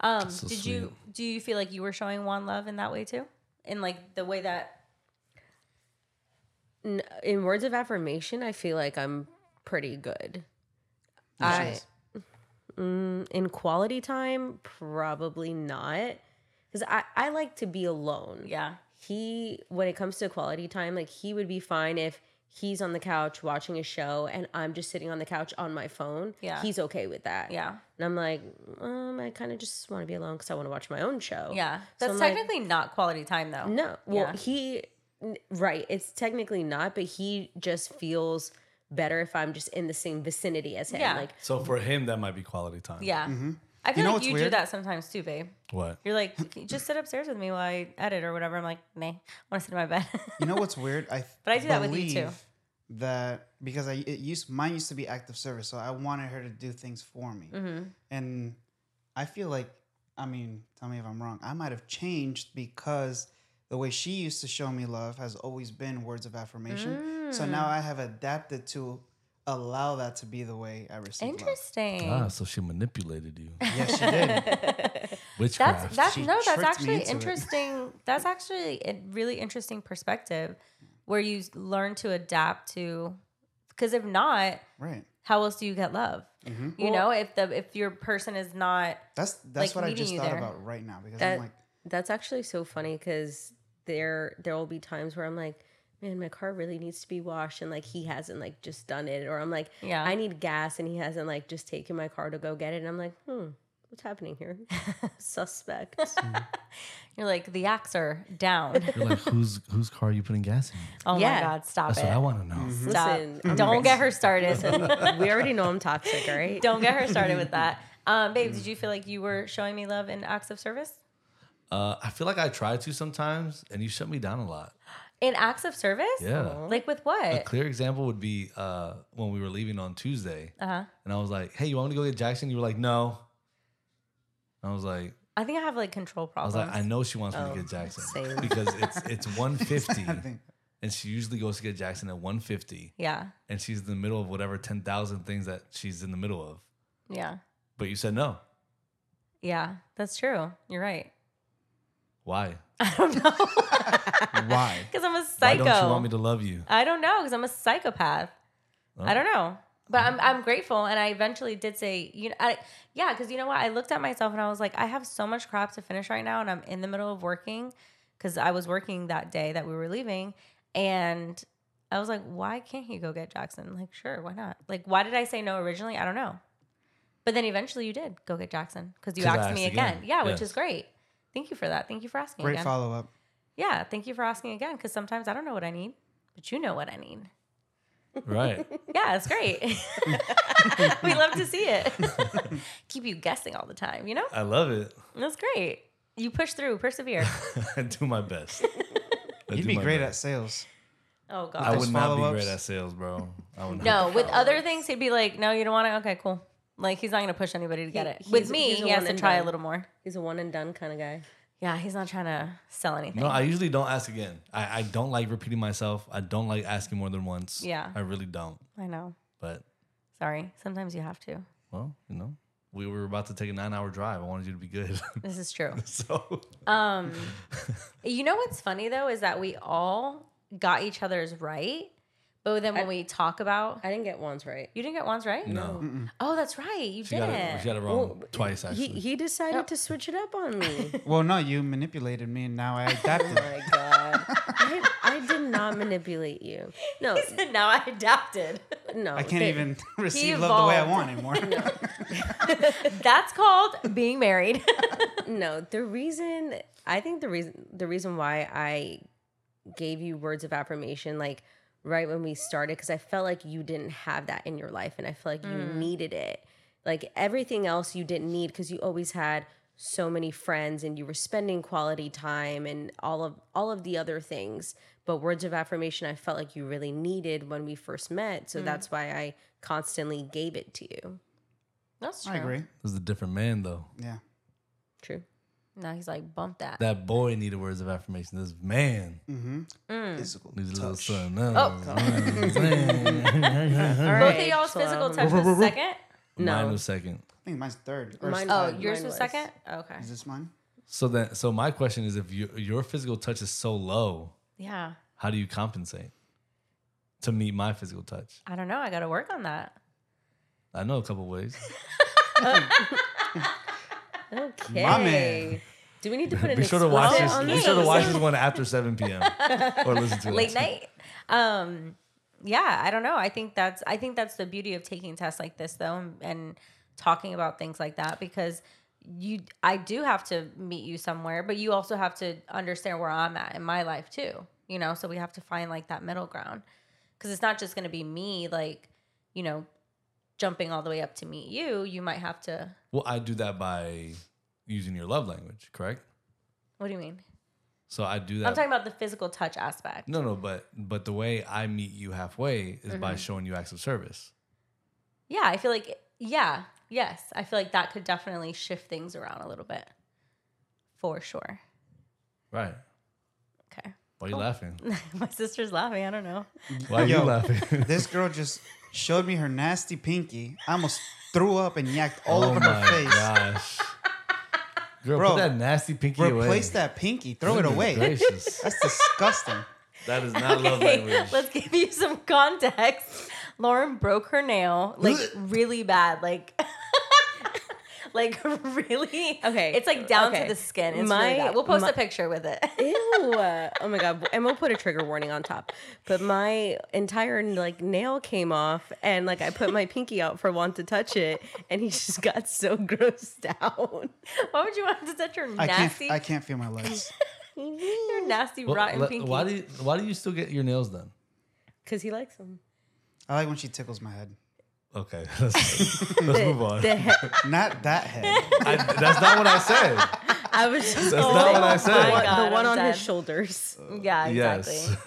A: Um,
C: So
A: did you do you feel like you were showing Juan love in that way too? In like the way that
B: N- In words of affirmation, I feel like I'm pretty good. I-
D: Yes,
B: Mm, in quality time, probably not. Because I, I like to be alone.
A: yeah.
B: he when it comes to quality time like he would be fine if he's on the couch watching a show and i'm just sitting on the couch on my phone
A: Yeah.
B: he's okay with that
A: Yeah.
B: and i'm like um i kind of just want to be alone because i want to watch my own show
D: Oh.
A: Yeah.
B: So
A: That's
B: I'm like-
A: technically not quality time though.
B: no well
A: Yeah.
B: he n- right it's technically not but he just feels better if i'm just in the same vicinity as him
A: Yeah.
B: like
C: So for him, that might be quality time.
A: Yeah.
D: Mm-hmm.
A: I feel
D: Mm. know
A: like
D: what's
A: you do
D: weird?
A: that sometimes too, babe.
C: What?
A: You're like, "Can you just sit upstairs with me while I edit or whatever. I'm like, nah, I want to sit in my bed.
D: You know what's weird? I
A: But I do that with you too.
D: believe That because I it used mine used to be active service, so I wanted her to do things for me,
C: Mm-hmm.
D: and I feel like I mean, tell me if I'm wrong. I might have changed because the way she used to show me love has always been words of affirmation. So
A: Mm.
D: now I have adapted to allow that to be the way I receive
A: Interesting.
C: Ah, so she manipulated you.
D: love. Yes, she did.
C: Witchcraft.
A: That's that's
D: She
A: no, that's
D: tricked me
A: actually
D: into it.
A: interesting. that's actually a really interesting perspective where you s- learn to adapt to because if not,
D: right. Mm-hmm.
A: how else do you get love? You know, if the if your person is not
D: That's
A: Like
D: that's what I
A: meeting
D: just
A: you
D: thought
A: there.
D: about right now because
B: That-
D: I'm like,
B: That's actually so funny because there there will be times where I'm like, man, my car really needs to be washed, and like he hasn't like just done it, or I'm like,
A: Yeah.
B: I need gas, and he hasn't like just taken my car to go get it, and I'm like, hmm, what's happening here? Suspect.
A: you're like the axe are down.
C: You're like, whose whose car are you putting gas in?
A: oh my
B: Yeah.
A: god, stop
C: That's
A: it.
C: what I want to know.
D: Mm-hmm.
A: Stop.
B: Listen, I'm
A: Don't get her started.
B: we already know I'm toxic, all right?
A: Don't get her started with that. Um, babe,
C: Mm.
A: did you feel like you were showing me love in acts of service?
C: Uh, I feel like I try to sometimes, and you shut me down a lot.
A: In acts of service?
C: Yeah.
A: Like with
C: A
A: what?
C: clear example would be uh, when we were leaving on Tuesday,
A: Uh-huh.
C: and I was like, "Hey, you want me to go get Jackson?" You were like, "No." I was like,
A: I think I have like control
C: I was
A: problems.
C: like, I know she wants me to get Jackson
B: same.
C: because it's it's one fifty,
D: I think
C: and she usually goes to get Jackson at 150,
A: Yeah.
C: and she's in the middle of whatever 10,000 things that she's in the middle of.
A: Yeah.
C: But you said no.
A: Yeah. That's true. You're right.
C: Why?
A: I don't know.
D: Why?
A: Because I'm a
C: Why
A: psycho.
C: don't you want me to love you?
A: I don't know because I'm a psychopath. I don't know. But I'm, I'm grateful. And I eventually did say, you know, I, yeah, because you know what? I looked at myself and I was like, I have so much crap to finish right now. And I'm in the middle of working because I was working that day that we were leaving. And I was like, why can't you go get Jackson? Like, sure, why not? Like, why did I say no originally? I don't know. But then eventually you did go get Jackson because you
C: 'Cause I
A: asked
C: asked
A: me again.
C: again.
A: Yeah, which
C: Yes.
A: is great. Thank you for that. Thank you for asking
D: Great
A: again.
D: follow up.
A: Yeah, thank you for asking again because sometimes I don't know what I need, but you know what I need.
C: Right.
A: Yeah, it's great. we love to see it. Keep you guessing all the time, you know?
C: I love it.
A: That's great. You push through, persevere.
C: I do my best. I
D: You'd
C: do
D: be
C: my
D: great
C: best.
D: at sales.
A: Oh,
C: I
A: God.
D: those
C: would not be
D: follow-ups.
C: great at sales, bro. I would not.
A: No, with other things, he'd be like, no, you don't want it? Okay, cool. Like, he's not going to push anybody to get
B: He-
A: it.
B: he's-
A: With me,
B: he's a
A: he has
B: one
A: to
B: and
A: try a
B: done.
A: little more.
B: He's a one and done kind of guy.
A: Yeah, he's not trying to sell anything.
C: No, I usually don't ask again. I, I don't like repeating myself. I don't like asking more than once.
A: Yeah.
C: I really don't.
A: I know.
C: But,
A: Sorry. Sometimes you have to.
C: well, you know, we were about to take a nine hour drive. I wanted you to be good.
A: This is true.
C: so,
A: Um, you know what's funny though is that we all got each other's right, but then when we talk about,
B: I didn't get one's right.
A: you didn't get one's right.
C: no.
A: Oh, that's right. You
C: She got, it,
A: didn't.
C: she got it wrong twice, actually.
B: He, he decided to switch it up on me.
D: Well, no, you manipulated me, and now I adapted.
B: oh my god, I, I did not manipulate you. No,
A: now I adapted.
B: no,
D: I can't
B: they-
D: even receive love the way I
A: evolved.
D: want anymore.
A: That's called being married.
B: No, the reason I think the reason the reason why I gave you words of affirmation like right when we started because I felt like you didn't have that in your life and I felt like you needed it. Like everything else you didn't need because you always had so many friends and you were spending quality time and all of all of the other things. But words of affirmation I felt like you really needed when we first met. So that's why I constantly gave it to you.
A: That's true.
D: I agree.
C: this is a different man, though.
D: Yeah.
B: True.
A: Now he's like, bump that.
C: That boy needed words of affirmation. This man
D: Mm-hmm.
A: Mm.
D: Physical
C: needs a little
D: touch.
C: son. No.
B: All
A: Both of
B: right,
A: y'all's
B: Shalom.
A: physical touch was second.
C: Mine
B: No.
C: was second.
D: I think mine's third. Or
B: Mine-
D: mine,
A: Oh,
B: Mine-
A: yours
B: mine
A: was
B: was.
A: second. Okay.
D: is this mine?
C: So then, so my question is, if you, your physical touch is so low,
A: Yeah.
C: how do you compensate to meet my physical touch?
A: I don't know. I got to work on that.
C: I know a couple ways.
B: Okay.
D: My man.
B: Do we need to put an
C: be sure to watch
B: explicit
C: this.
B: on
C: Be
B: this?
C: sure to watch this one after 7 p.m. or listen to it.
A: Late night. Um, yeah, I don't know. I think that's I think that's the beauty of taking tests like this though, and, and talking about things like that because you I do have to meet you somewhere, but you also have to understand where I'm at in my life too. You know, so we have to find like that middle ground because it's not just going to be me like you know jumping all the way up to meet you. You might have to.
C: Well, I do that by using your love language, correct?
A: What do you mean?
C: So I do that.
A: I'm talking about the physical touch aspect.
C: no, no, but but the way I meet you halfway is
A: Mm-hmm.
C: by showing you acts of service.
A: Yeah, I feel like yeah, yes, I feel like that could definitely shift things around a little bit, for sure.
C: Right.
A: Okay,
C: Why are you laughing?
A: my sister's laughing. I don't know.
C: Why are you
D: Yo.
C: laughing?
D: This girl just showed me her nasty pinky. I almost threw up and yacked all
C: oh
D: over
C: my
D: her face.
C: gosh. Girl,
D: Bro,
C: put that nasty pinky away.
D: Replace that pinky. Throw it
C: Goodness
D: away.
C: Gracious.
D: That's disgusting.
C: That is not love
A: Okay,
C: language.
A: let's give you some context. Lauren broke her nail like really bad, like. Like really,
B: Okay,
A: It's like down
B: okay.
A: to the skin. It's
B: My-
A: really bad. We'll post
B: my-
A: a picture with it.
B: Ew. Oh my god. And we'll put a trigger warning on top. But my entire like nail came off and like I put my pinky out for one to touch it and he just got so grossed out.
A: Why would you want to touch your
D: I
A: nasty,
D: can't. I can't feel my legs.
A: your nasty
C: Well,
A: rotten
C: le-
A: pinky?
C: Why do you, why do you still get your nails done?
B: Cuz he likes him.
D: I like when she tickles my head.
C: Okay, let's, let's move on.
B: The he-
D: Not that head.
C: I, that's not what I said.
B: I was just oh
C: That's not what I
B: the
C: said.
A: my
B: one,
A: God,
B: the one
A: I'm
B: on his
A: dead.
B: shoulders.
A: yeah, exactly.
C: Yes,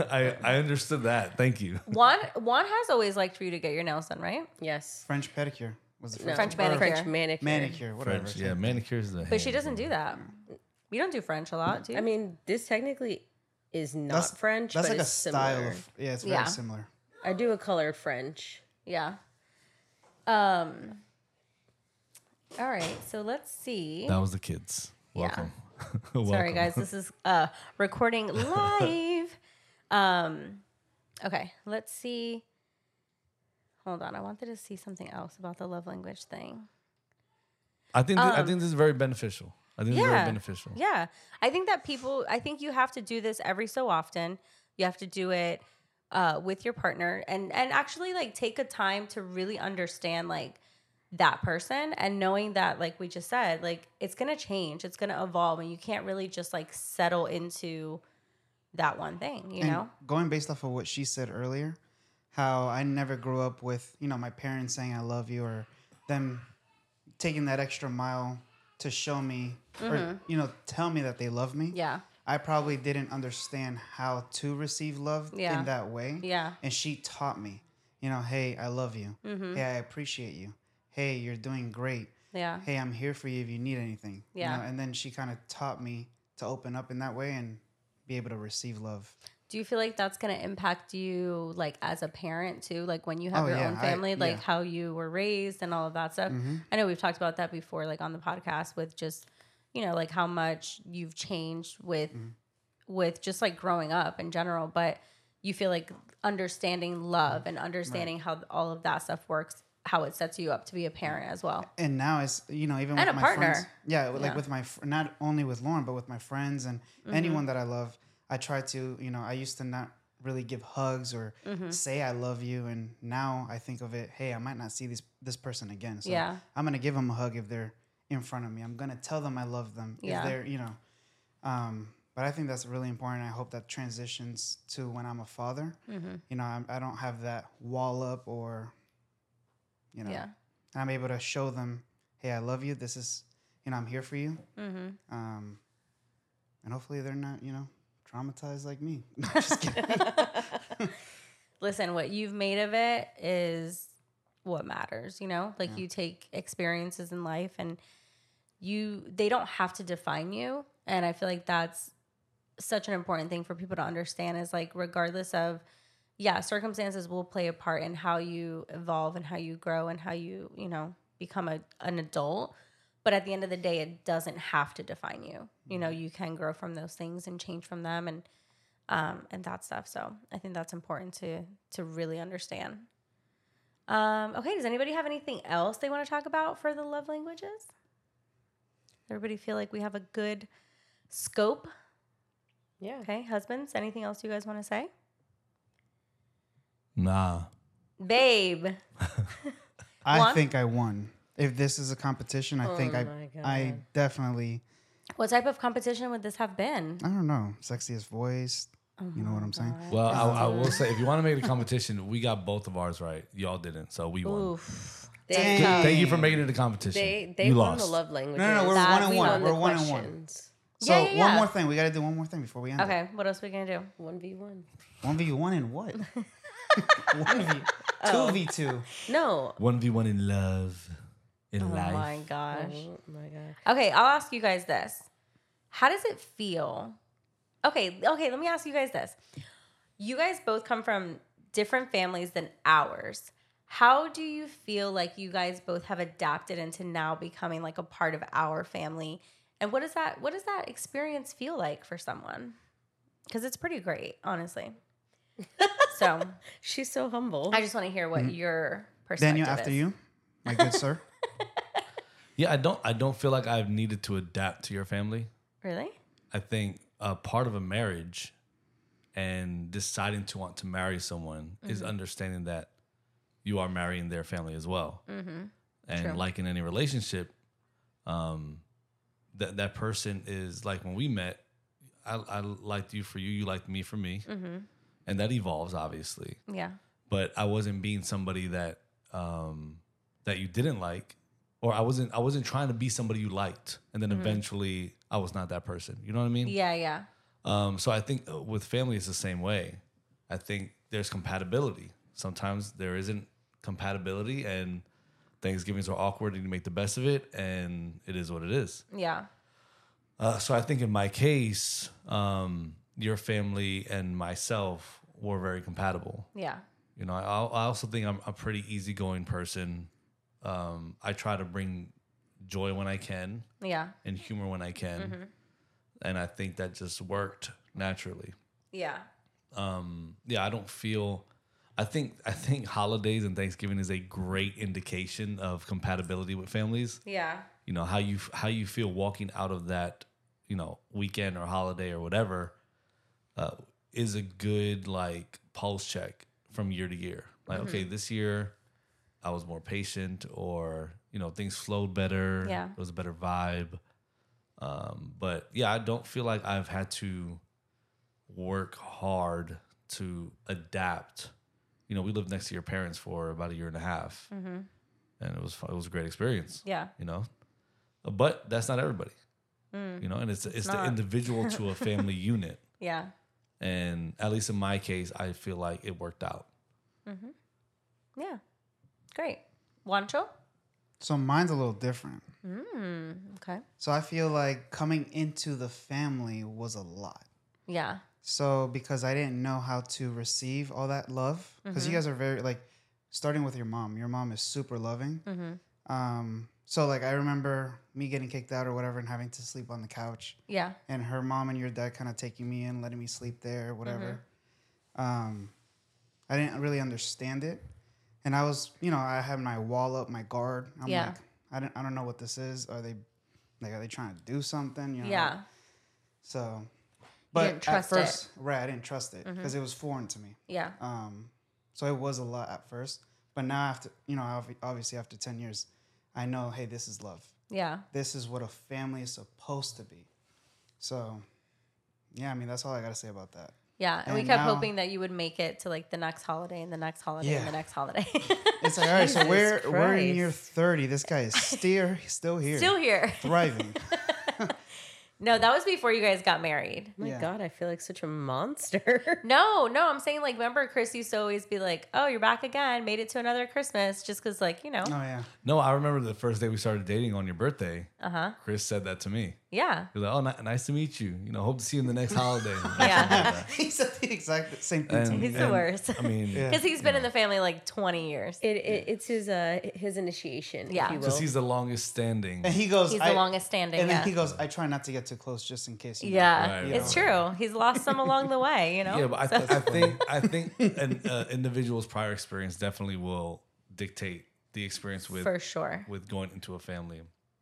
C: I, I understood that. Thank you.
A: Juan Juan has always liked for you to get your nails done, right?
B: Yes.
D: French pedicure was the first
A: French
D: one. Or
A: manicure.
B: French manicure.
D: Manicure. Whatever.
C: French, yeah, manicures.
A: But she doesn't do that. You don't do French a lot, do you?
B: I mean, this technically is not
D: That's
B: French.
D: That's
B: but
D: like a
B: it's
D: style.
B: similar.
D: Of, yeah, it's very
A: Yeah.
D: similar.
B: I do a colored French.
A: Yeah. Um. All right. So let's see.
C: That was the kids. Welcome. Welcome.
A: Sorry, guys. This is uh recording live. um. Okay. Let's see. Hold on. I wanted to see something else about the love language thing.
C: I think thi- I think this is very beneficial. I think this is very beneficial.
A: Um, Yeah. I think that people, I think you have to do this every so often. You have to do it uh, with your partner and, and actually like take a time to really understand like that person and knowing that, like we just said, like it's going to change, it's going to evolve, and you can't really just like settle into that one thing, you
D: And
A: know?
D: going based off of what she said earlier, how I never grew up with you know my parents saying I love you or them taking that extra mile to show me or you know tell me that they love me.
A: Mm-hmm. Yeah.
D: I probably didn't understand how to receive love
A: Yeah.
D: in that way.
A: Yeah.
D: And she taught me, you know, hey, I love you.
A: Mm-hmm.
D: Hey, I appreciate you. Hey, you're doing great.
A: Yeah.
D: Hey, I'm here for you if you need anything. you
A: Yeah.
D: know, And then she kind of taught me to open up in that way and be able to receive love.
A: Do you feel like that's going to impact you, like as a parent too, like when you have
D: Oh,
A: your
D: yeah,
A: own
D: I-
A: family, like
D: yeah. Mm-hmm.
A: how you were raised and all of that stuff? I know we've talked about that before, like on the podcast, with just you know, like how much you've changed with
D: Mm-hmm.
A: with just like growing up in general. But you feel like understanding love and understanding how all of that stuff works, how it sets you up to be a parent as well.
D: And now it's, you know, even
A: And
D: with
A: a
D: my
A: partner.
D: friends. Yeah, like
A: Yeah. Mm-hmm.
D: with my, fr- not only with Lauren, but with my friends and anyone that I love, I try to, you know, I used to not really give hugs or
A: Mm-hmm.
D: say I love you. And now I think of it, hey, I might not see this, this person again. So
A: Yeah.
D: I'm going to give them a hug if they're in front of me. I'm going to tell them I love them
A: Yeah.
D: if they're, you know, um, but I think that's really important. I hope that transitions to when I'm a father.
A: Mm-hmm.
D: You know, I'm, I don't have that wall up or, you know,
A: Yeah.
D: and I'm able to show them, hey, I love you. This is, you know, I'm here for you.
A: Mm-hmm.
D: Um, and hopefully they're not, you know, traumatized like me. Just kidding.
A: listen, what you've made of it is what matters, you know? Like you take experiences in life and you they don't have to define you. And I feel like that's such an important thing for people to understand is like regardless of yeah, circumstances will play a part in how you evolve and how you grow and how you, you know, become a, an adult. But at the end of the day, it doesn't have to define you. You know, you can grow from those things and change from them and um, and that stuff. So I think that's important to to really understand. Um, okay, does anybody have anything else they want to talk about for the love languages? Everybody feel like we have a good scope.
B: Yeah.
A: Okay, husbands, anything else you guys want to say?
C: Nah.
A: Babe,
D: I
A: One. Oh
D: think I won. If this is a competition, I think I,
B: my God.
D: I definitely,
A: what type of competition would this have been?
D: I don't know, sexiest voice.
A: Oh
D: you know what I'm saying?
C: Well, I, I will say if you want to make it a competition, we got both of ours right. Y'all didn't, so we won.
A: Oof.
B: They,
D: Dang.
B: come-
C: Thank you for making it a competition.
B: they, they
C: you
B: won
C: lost.
B: the love language.
D: No, no, no, we're
A: That
D: one and
A: we
D: one.
A: won
D: We're one and one. So
A: Yeah, yeah, yeah.
D: one more thing, we got to do one more thing before we end. it.
A: Okay, what else we gonna do?
B: One v one.
D: One v one and what? one v
A: Oh.
D: two v two.
B: No.
C: One v one in love, in
A: Oh
C: life.
A: my gosh.
B: Oh my god.
A: Okay, I'll ask you guys this. How does it feel? Okay, okay, let me ask you guys this. You guys both come from different families than ours. How do you feel like you guys both have adapted into now becoming like a part of our family? And what does that what does that experience feel like for someone? Cuz it's pretty great, honestly. so,
B: She's so humble.
A: I just want to hear what your perspective
D: Mm-hmm. Daniel, after
A: is.
D: you, my good sir.
C: Yeah, I don't. I don't feel like I've needed to adapt to your family.
A: Really?
C: I think a part of a marriage and deciding to want to marry someone is understanding that you are marrying their family as well. And like in any relationship, um, that that person is like when we met, I, I liked you for you, you liked me for me, and that evolves obviously.
A: Yeah.
C: But I wasn't being somebody that um, that you didn't like, or I wasn't I wasn't trying to be somebody you liked, and then eventually I was not that person. You know what I mean?
A: Yeah, yeah.
C: Um, so I think uh, with family, it's the same way. I think there's compatibility. Sometimes there isn't compatibility, and Thanksgivings are awkward, and you make the best of it, and it is what it is.
A: Yeah.
C: Uh, so I think in my case, um, your family and myself were very compatible.
A: Yeah.
C: You know, I, I also think I'm a pretty easygoing person. Um, I try to bring joy when I can
A: Yeah.
C: and humor when I can, and I think that just worked naturally.
A: Yeah.
C: Um, yeah, I don't feel. I think I think holidays and Thanksgiving is a great indication of compatibility with families.
A: Yeah.
C: You know how you how you feel walking out of that, you know, weekend or holiday or whatever, uh, is a good like pulse check from year to year. Like, okay, this year I was more patient, or you know, things flowed better.
A: Yeah.
C: it was a better vibe. Um, but yeah, I don't feel like I've had to work hard to adapt. You know, we lived next to your parents for about a year and a half, and it was fu- it was a great experience.
A: Yeah.
C: You know, but that's not everybody. You know, and it's it's, the
A: Mm. not.
C: individual to a family unit,
A: Yeah.
C: and at least in my case, I feel like it worked out.
A: Yeah. Great. Wancho?
D: So mine's a little different.
A: Hmm. Okay.
D: So I feel like coming into the family was a lot.
A: Yeah.
D: So because I didn't know how to receive all that love, because you guys are very like, starting with your mom. Your mom is super loving.
A: Mm-hmm.
D: Um, so like I remember me getting kicked out or whatever and having to sleep on the couch,
A: Yeah.
D: and her mom and your dad kind of taking me in, letting me sleep there, whatever.
A: Mm-hmm.
D: Um, I didn't really understand it, and I was, you know, I had my wall up, my guard. I'm
A: Yeah.
D: like, I don't, I don't know what this is. Are they, like, are they trying to do something? You know,
A: Yeah.
D: so,
A: didn't trust it. Mm-hmm.
D: at first, right, I didn't trust it because it was foreign to me.
A: Yeah.
D: Um, so it was a lot at first, but now after you know, obvi- obviously after ten years, I know, hey, this is love.
A: Yeah.
D: This is what a family is supposed to be. So, yeah, I mean, that's all I gotta say about that.
A: Yeah. And, we
D: And
A: kept
D: now-
A: hoping that you would make it to like the next holiday and the next holiday and
D: Yeah.
A: the next holiday.
D: It's like, all right, so
B: Jesus
D: we're we're in year
B: Christ.
D: thirty. This guy is still still here,
A: Still here.
D: thriving.
A: No, that was before you guys got married.
B: My
D: Yeah.
B: God, I feel like such a monster.
A: No, no, I'm saying like, remember, Chris used to always be like, "Oh, you're back again, made it to another Christmas," just because, like, you know,
D: oh yeah,
C: No, I remember the first day we started dating on your birthday.
A: uh huh,
C: Chris said that to me.
A: yeah,
C: He was like, "Oh, ni- nice to meet you. You know, hope to see you in the next holiday."
A: Yeah.
D: he said the exact same thing. to
C: And-
D: me.
A: He's the
C: and,
A: worst.
C: I mean,
D: Yeah.
A: because he's been in the family like 20 years.
B: It, it it's his uh his initiation,
A: Yeah.
B: if you
C: because
B: will.
C: he's the longest standing.
D: And he goes,
A: He's
D: I-
A: the longest standing.
D: And then
A: yeah,
D: he goes, I try not to get too close just in case. You know."
A: yeah,
C: Right,
A: it's
C: right,
A: true. He's lost some along the way, you know.
C: Yeah, but I,
A: So-
C: th- I think I think an uh, individual's prior experience definitely will dictate the experience with
A: for sure.
C: with going into a family.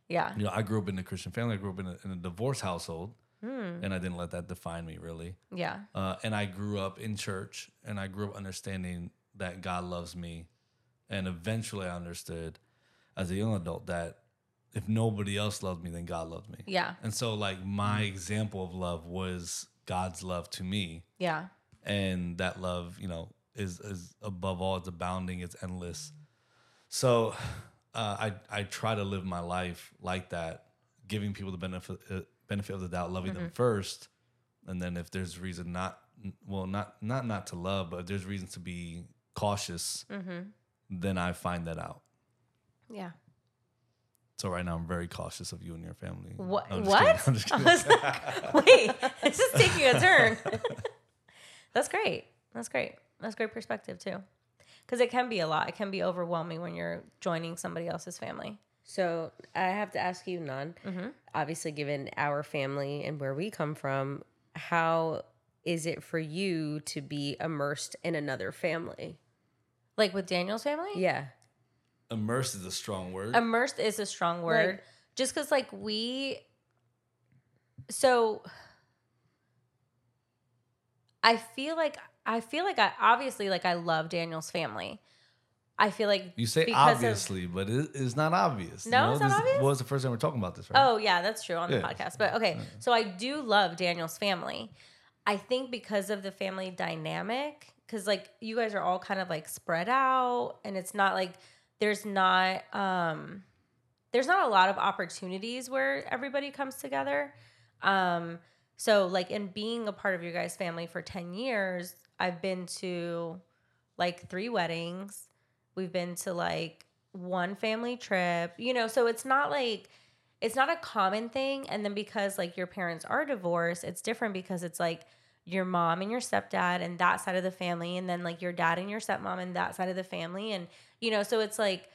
A: Yeah,
C: You know, I grew up in a Christian family. I grew up in a, in a divorce household, and I didn't let that define me really.
A: yeah,
C: Uh, and I grew up in church, and I grew up understanding that God loves me. And eventually, I understood as a young adult that if nobody else loved me, then God loved me.
A: yeah,
C: And so, like my example of love was God's love to me,
A: yeah,
C: and that love, you know, is is above all, it's abounding, it's endless. So, uh, I I try to live my life like that, giving people the benefit uh, benefit of the doubt, loving
A: Mm-hmm.
C: them first, and then if there's reason not, well, not not not to love, but if there's reason to be cautious,
A: Mm-hmm. Mm.
C: then I find that out.
A: yeah.
C: So right now, I'm very cautious of you and your family.
A: What?
C: No, I'm just
A: what?
C: kidding. I'm just
A: I
C: kidding.
A: was like, wait, this is taking a turn. That's great. That's great. That's great perspective too, because it can be a lot. It can be overwhelming when you're joining somebody else's family.
B: So I have to ask you, Nan. Obviously, given our family and where we come from, how is it for you to be immersed in another family?
A: Like with Daniel's family?
B: Yeah,
C: Immersed is a strong word.
A: Immersed is a strong word.
B: Like-
A: just because, like, we. So. I feel like I feel like I obviously like I love Daniel's family. I feel like
C: You say
A: because of-
C: obviously, but it, it's not obvious. you
A: No,
C: know?
A: it's not
C: This
A: obvious?
C: was the first time we're talking about this, right?
A: Oh yeah, that's true on the
C: Yeah.
A: podcast. But okay,
C: Yeah.
A: so I do love Daniel's family. I think because of the family dynamic, because like you guys are all kind of like spread out, and it's not like there's not um there's not a lot of opportunities where everybody comes together. Um, so like in being a part of your guys' family for ten years, I've been to like three weddings. We've been to like one family trip, you know, so it's not like it's not a common thing. And then because like your parents are divorced, it's different because it's like your mom and your stepdad and that side of the family, and then like your dad and your stepmom and that side of the family. And, you know, so it's like,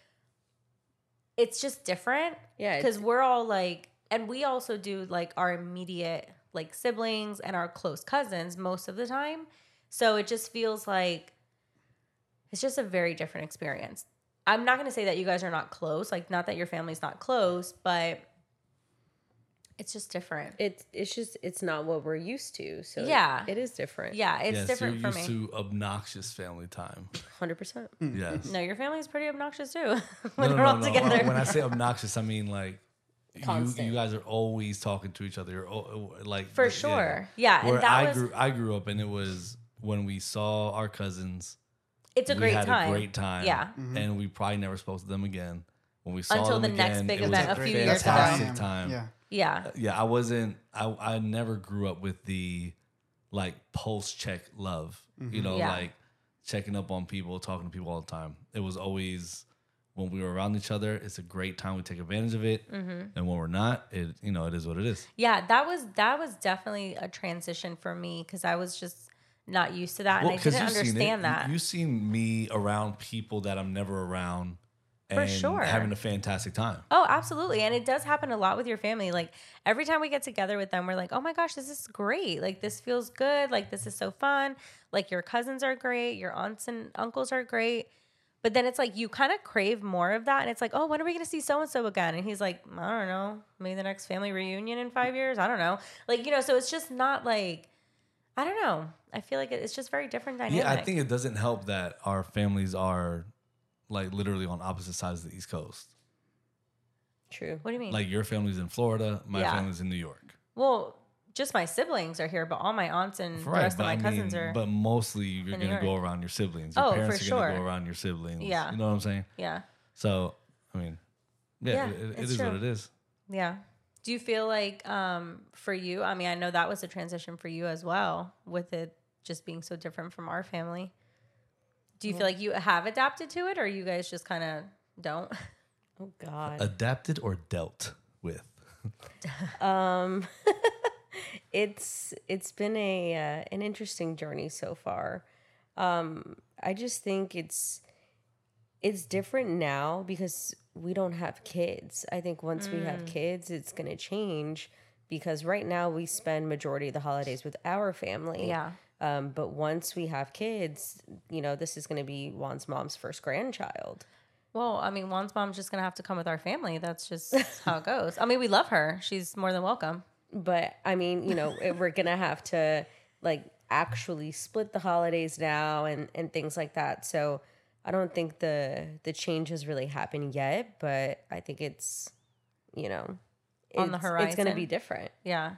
A: it's just different
B: Yeah,
A: because we're all like, and we also do like our immediate like siblings and our close cousins most of the time. So it just feels like it's just a very different experience. I'm not going to say that you guys are not close, like not that your family's not close, but it's just different.
B: it's it's just it's not what we're used to. So it-
A: Yeah.
B: it is different.
A: yeah, it's
C: yes,
A: different
C: you're
A: for me.
C: used to obnoxious family time.
B: hundred percent.
C: Yes.
A: no, your family's pretty obnoxious too when
C: no,
A: we're
C: no,
A: all
C: no.
A: together.
C: When I say obnoxious, I mean like you,
B: Constant.
C: you guys are always talking to each other. You're al- uh, like
A: for
C: yeah.
A: sure. Yeah.
C: Where
A: and that
C: I
A: was,
C: grew, I grew up, and it was when we saw our cousins.
A: it's a
C: we
A: great
C: had
A: time.
C: a great time.
A: Yeah.
C: and we probably never spoke to them again. When we saw
A: Until
C: them
A: the next
C: again,
A: big
C: it was
A: event a few years ago.
C: fantastic
D: That's how I am.
C: Time.
D: Yeah.
A: yeah.
C: yeah i wasn't i i never grew up with the like pulse check love you know
A: Mm-hmm. Yeah.
C: like checking up on people talking to people all the time it was always when we were around each other it's a great time we take advantage of it
A: Mm-hmm.
C: and when we're not it you know it is what it is
A: Yeah, that was that was definitely a transition for me because I was just not used to that and I didn't
C: you've seen it.
A: understand
C: You-
A: that.
C: you've seen me around people that i'm never around
A: For
C: and
A: sure.
C: having a fantastic time
A: oh, absolutely. And it does happen a lot with your family. Like every time we get together with them, we're like, "Oh my gosh, this is great. Like this feels good. Like this is so fun. Like your cousins are great, your aunts and uncles are great." But then it's like you kind of crave more of that and it's like, "Oh, when are we going to see so and so again?" And he's like, "I don't know. Maybe the next family reunion in 5 years. I don't know." Like, you know, so it's just not like I don't know. I feel like it- it's just very different dynamic.
C: yeah i think it doesn't help that our families are like literally on opposite sides of the east coast
B: True.
A: What do you mean?
C: like your family's in Florida, my
A: Yeah.
C: family's in New York.
A: well, just my siblings are here, but all my aunts and the rest
C: but
A: of my
C: I
A: cousins
C: mean,
A: are.
C: but mostly you're
A: in New
C: gonna go around your siblings. Your
A: Oh, for
C: parents are gonna
A: sure.
C: go around your siblings.
A: Yeah.
C: you know what I'm saying.
A: yeah,
C: So I mean, yeah,
A: Yeah,
C: it, it
A: it's
C: is what
A: true.
C: it is.
A: yeah. Do you feel like um, for you? I mean, I know that was a transition for you as well, with it just being so different from our family. Do you feel like you have adapted to it, or you guys just kind of don't?
B: Oh God.
C: Adapted or dealt with.
B: Um, it's it's been a uh, an interesting journey so far. Um, I just think it's it's different now because we don't have kids. I think once we have kids, it's going to change because right now we spend majority of the holidays with our family.
A: Yeah.
B: Um, but once we have kids, you know, this is going to be Juan's mom's first grandchild.
A: Well, I mean, Juan's mom's just gonna have to come with our family. That's just how it goes. I mean, we love her. She's more than welcome.
B: but I mean, you know, it- we're gonna have to like actually split the holidays now and and things like that. So I don't think the the change has really happened yet, but I think it's you know it's,
A: On the
B: It's gonna
A: horizon.
B: be different.
A: Yeah.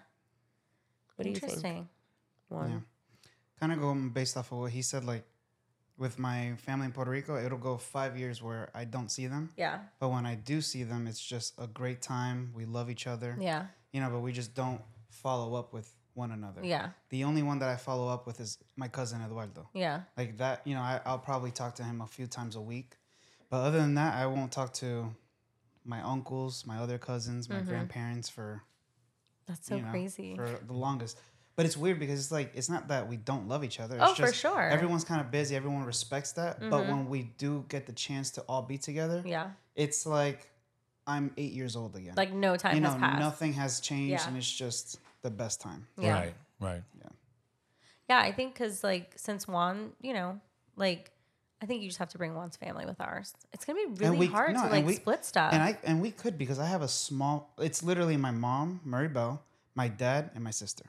B: What do you think?
A: Interesting.
B: Juan?
D: Yeah. Kind of going based off of what he said, like with my family in Puerto Rico, it'll go five years where I don't see them.
A: Yeah.
D: But when I do see them, it's just a great time. We love each other.
A: Yeah.
D: You know, but we just don't follow up with one another.
A: Yeah.
D: The only one that I follow up with is my cousin Eduardo.
A: Yeah.
D: Like that, you know, I, I'll probably talk to him a few times a week. But other than that, I won't talk to my uncles, my other cousins, my grandparents for
A: That's Mm-hmm. so
D: you know,
A: crazy.
D: for the longest. But it's weird because it's like it's not that we don't love each other. It's
A: Oh, for sure. Mm-hmm.
D: Everyone's kind of busy. Everyone respects that. But when we do get the chance to all be together,
A: yeah.
D: it's like I'm eight years old again.
A: Like no time
D: you know,
A: has passed.
D: nothing has changed,
A: Yeah.
D: and it's just the best time.
A: Yeah.
C: Right, right.
A: Yeah, I think because like since Juan, you know, like I think you just have to bring Juan's family with ours. It's gonna be really
D: we-
A: hard
D: no,
A: to
D: and
A: like
D: we-
A: split stuff.
D: And I and we could because I have a small. It's literally my mom, Mary Bell, my dad, and my sister.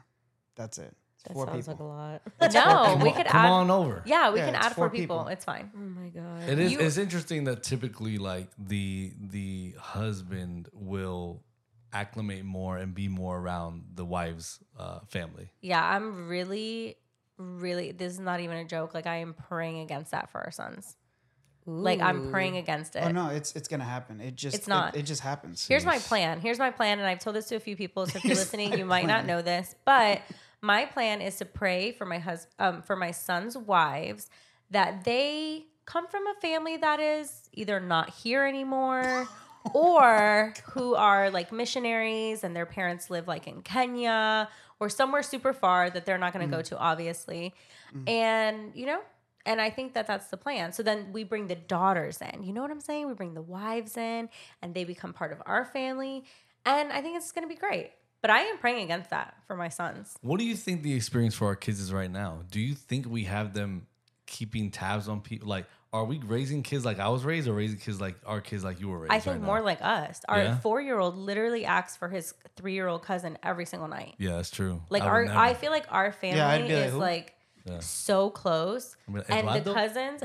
D: That's it. It's
B: That
D: four
B: sounds
D: people.
B: like a lot.
A: no,
C: Come
A: Oh, we
C: on-
A: could
C: come
A: add.
C: on over.
A: Yeah, we
D: Yeah,
A: can
D: it's
A: add four
D: four people.
A: people. It's fine.
B: oh my god.
C: It is.
A: You-
C: it's interesting that typically, like the the husband will acclimate more and be more around the wife's uh, family.
A: Yeah, I'm really, really. This is not even a joke. Like I am praying against that for our sons. Like I'm praying against it.
D: Oh no, it's it's gonna happen. It just
A: It's not.
D: It, it just happens.
A: Here's my plan. Here's my plan. And I've told this to a few people. So if you're listening, you might not know this, but my plan is to pray for my husband, um, for my son's wives that they come from a family that is either not here anymore or who are like missionaries and their parents live like in Kenya or somewhere super far that they're not going to go to, obviously. And, you know, and I think that that's the plan. So then we bring the daughters in. You know what I'm saying? We bring the wives in and they become part of our family. And I think it's going to be great. But I am praying against that for my sons.
C: What do you think the experience for our kids is right now? Do you think we have them keeping tabs on people? Like, are we raising kids like I was raised, or raising kids like our kids like you were raised?
A: I think
C: right
A: more
C: Now?
A: like us. Our
C: Yeah.
A: four year old literally acts for his three year old cousin every single night.
C: Yeah, that's true.
A: Like
C: I would
A: our,
C: never.
A: I feel like our family
D: I'd be like,
A: is
D: "Who?"
A: like
C: Yeah.
A: so close,
C: I mean,
A: and the
C: Eduardo?
A: cousins.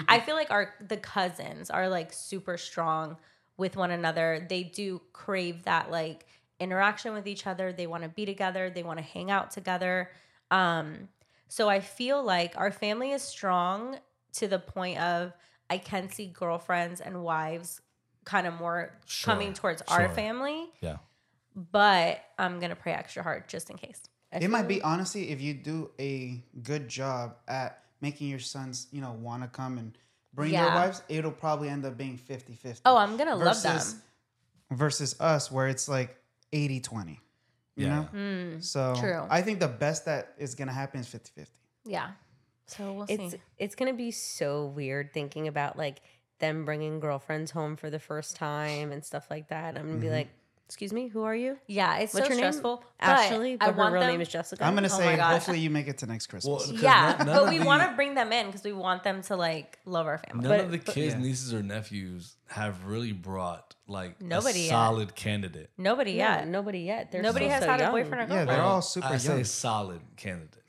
A: I feel like our the cousins are like super strong with one another. They do crave that like interaction with each other. They want to be together. They want to hang out together. Um, so I feel like our family is strong to the point of I can see girlfriends and wives kind of more
C: Sure,
A: coming towards our
C: sure.
A: family,
C: yeah.
A: but I'm gonna pray extra hard just in case.
D: It might be honestly if you do a good job at making your sons, you know, want to come and bring
A: Yeah.
D: their wives, it'll probably end up being 50-50.
A: Oh, I'm gonna love them.
D: Versus us where it's like 80-20. You
C: Yeah.
D: know?
A: Hmm,
D: so
A: true.
D: I think the best that is going to happen is 50-50.
A: Yeah. So we'll
B: It's
A: see.
B: it's gonna be so weird thinking about like them bringing girlfriends home for the first time and stuff like that. I'm gonna be like, excuse me, who are you?
A: Yeah, it's
B: What's
A: so
B: your
A: stressful.
B: name?
A: but
B: Ashley, but
A: I
B: her
A: want
B: real
A: them,
B: name is Jessica.
D: I'm going to
A: Oh my
D: say
A: God.
D: hopefully you make it to next Christmas.
C: Well, 'cause
A: Yeah,
C: none- none
A: but
C: of
A: we
C: the-
A: want to bring them in because we want them to like love our family.
C: None
B: But-
C: of the
B: but-
C: kids,
D: Yeah.
C: nieces, or nephews have really brought like
A: Nobody
C: a
A: yet.
C: solid candidate.
A: Nobody
B: Yeah,
A: yet.
B: nobody yet. They're
A: Nobody
B: still
A: has
B: so
A: had a
B: young.
A: boyfriend or
D: yeah,
A: girlfriend.
D: they're
C: Well,
D: all super
C: I
D: young.
C: say solid candidate.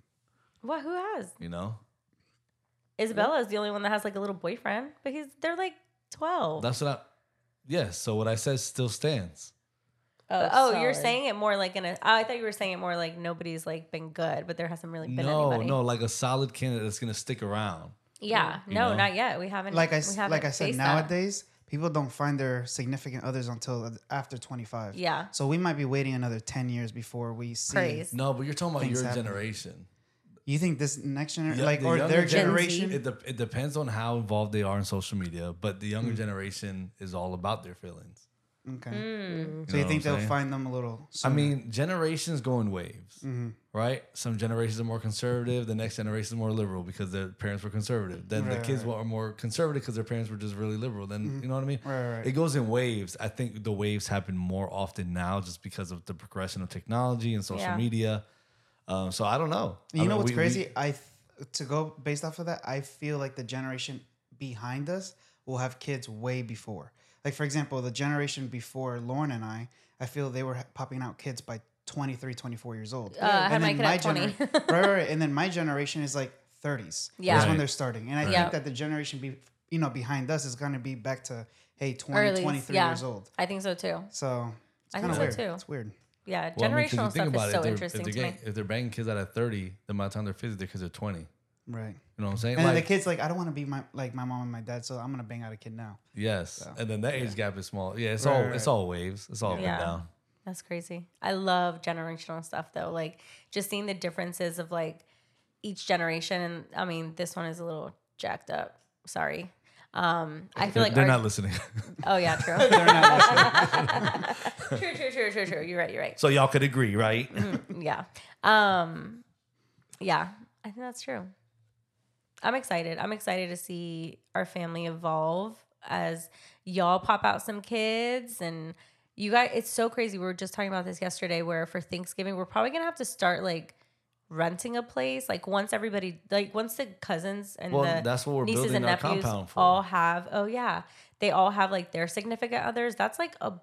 A: What? Who has?
C: You know,
A: Isabella is the only one that has like a little boyfriend, but he's they're like twelve.
C: that's what I. Yes. so what I said still stands.
A: But- oh, you're
B: solid.
A: saying it more like in a. Oh, I thought you were saying it more like nobody's like been good, but there hasn't really been
C: no,
A: anybody.
C: no, like a solid candidate that's gonna stick around.
A: Yeah,
C: You
A: no,
C: know?
A: not yet. We haven't.
D: like I
A: we
D: s-
A: haven't
D: like I said
A: faced that.
D: nowadays people don't find their significant others until after 25.
A: Yeah.
D: So we might be waiting another 10 years before we see.
A: Praise.
C: No, but you're talking about
D: Things
C: your
D: happen.
C: generation.
D: You think this next generation,
C: Yeah,
D: like,
C: the
D: or
C: younger
D: their
C: gen-
D: generation?
C: It, de- it depends on how involved they are in social media, but the
D: Mm-hmm.
C: younger generation is all about their feelings.
D: Okay.
A: Mm-hmm. Hmm.
B: Mm.
C: You
D: So you
C: know
D: think
C: what I'm
D: they'll
C: saying?
D: find them a little?
C: I
D: Sooner.
C: mean, generations go in waves,
D: Mm-hmm.
C: right? Some generations are more conservative. The next generation is more liberal because their parents were conservative. Then the
D: Right,
C: kids
D: right.
C: are more conservative because their parents were just really liberal. Then you know what I mean?
D: Right, right, right.
C: It goes in waves. I think the waves happen more often now just because of the progression of technology and social
A: Yeah.
C: media. Um, so I don't know.
D: you
C: I
D: know
C: mean,
D: what's
C: we- we-
D: crazy? I th- to go based off of that, I feel like the generation behind us will have kids way before. Like for example, the generation before Lauren and I, I feel they were ha- popping out kids by 23, 24 years old.
A: Uh, I had my kid at 20.
D: generation, right, right, right. and then my generation is like 30s.
A: Yeah.
D: Yeah, that's when
C: Right.
D: they're starting. And I
A: Yeah.
D: think that the generation be you know behind us is going to be back to hey 20,
A: Early,
D: 23
A: yeah.
D: years old.
A: I think so too.
D: So it's
A: I
D: kind of
A: think
D: weird.
A: so, too.
D: It's weird.
A: Yeah,
C: Well, I mean, 'cause you
A: generational
C: think
A: stuff is
C: about it,
A: so
C: if they're-
A: interesting
C: if
A: to
C: they're,
A: me.
C: getting- if they're banging kids out at 30, then by the time they're 50, their kids are 20. You
D: Right.
C: know what I'm saying?
D: And then
C: Like,
D: the kid's like, I don't want to be my like my mom and my dad, so I'm gonna bang out a kid now.
C: yes. And then that age gap is small. Yeah, it's
D: Right,
C: all
D: right,
C: it's
D: right.
C: all waves. It's all up
A: Yeah.
C: and down.
A: That's crazy. I love generational stuff though. Like just seeing the differences of like each generation. And I mean, this one is a little jacked up. Sorry. Um, I feel
C: They're,
A: like
C: they're
A: our-
C: not listening.
A: oh yeah,
D: They're
A: true.
D: not listening.
A: true, true, true, true, true. You're right. You're right.
C: so y'all could agree, right?
A: Mm-hmm. Yeah. Um, yeah. I think that's true. I'm excited. I'm excited to see our family evolve as y'all pop out some kids and you guys it's so crazy. We were just talking about this yesterday where for Thanksgiving we're probably going to have to start like renting a place like once everybody like once the cousins and
C: Well,
A: the
C: that's what we're
A: nieces
C: building
A: and
C: our
A: nephews
C: compound for.
A: all have oh yeah they all have like their significant others that's like a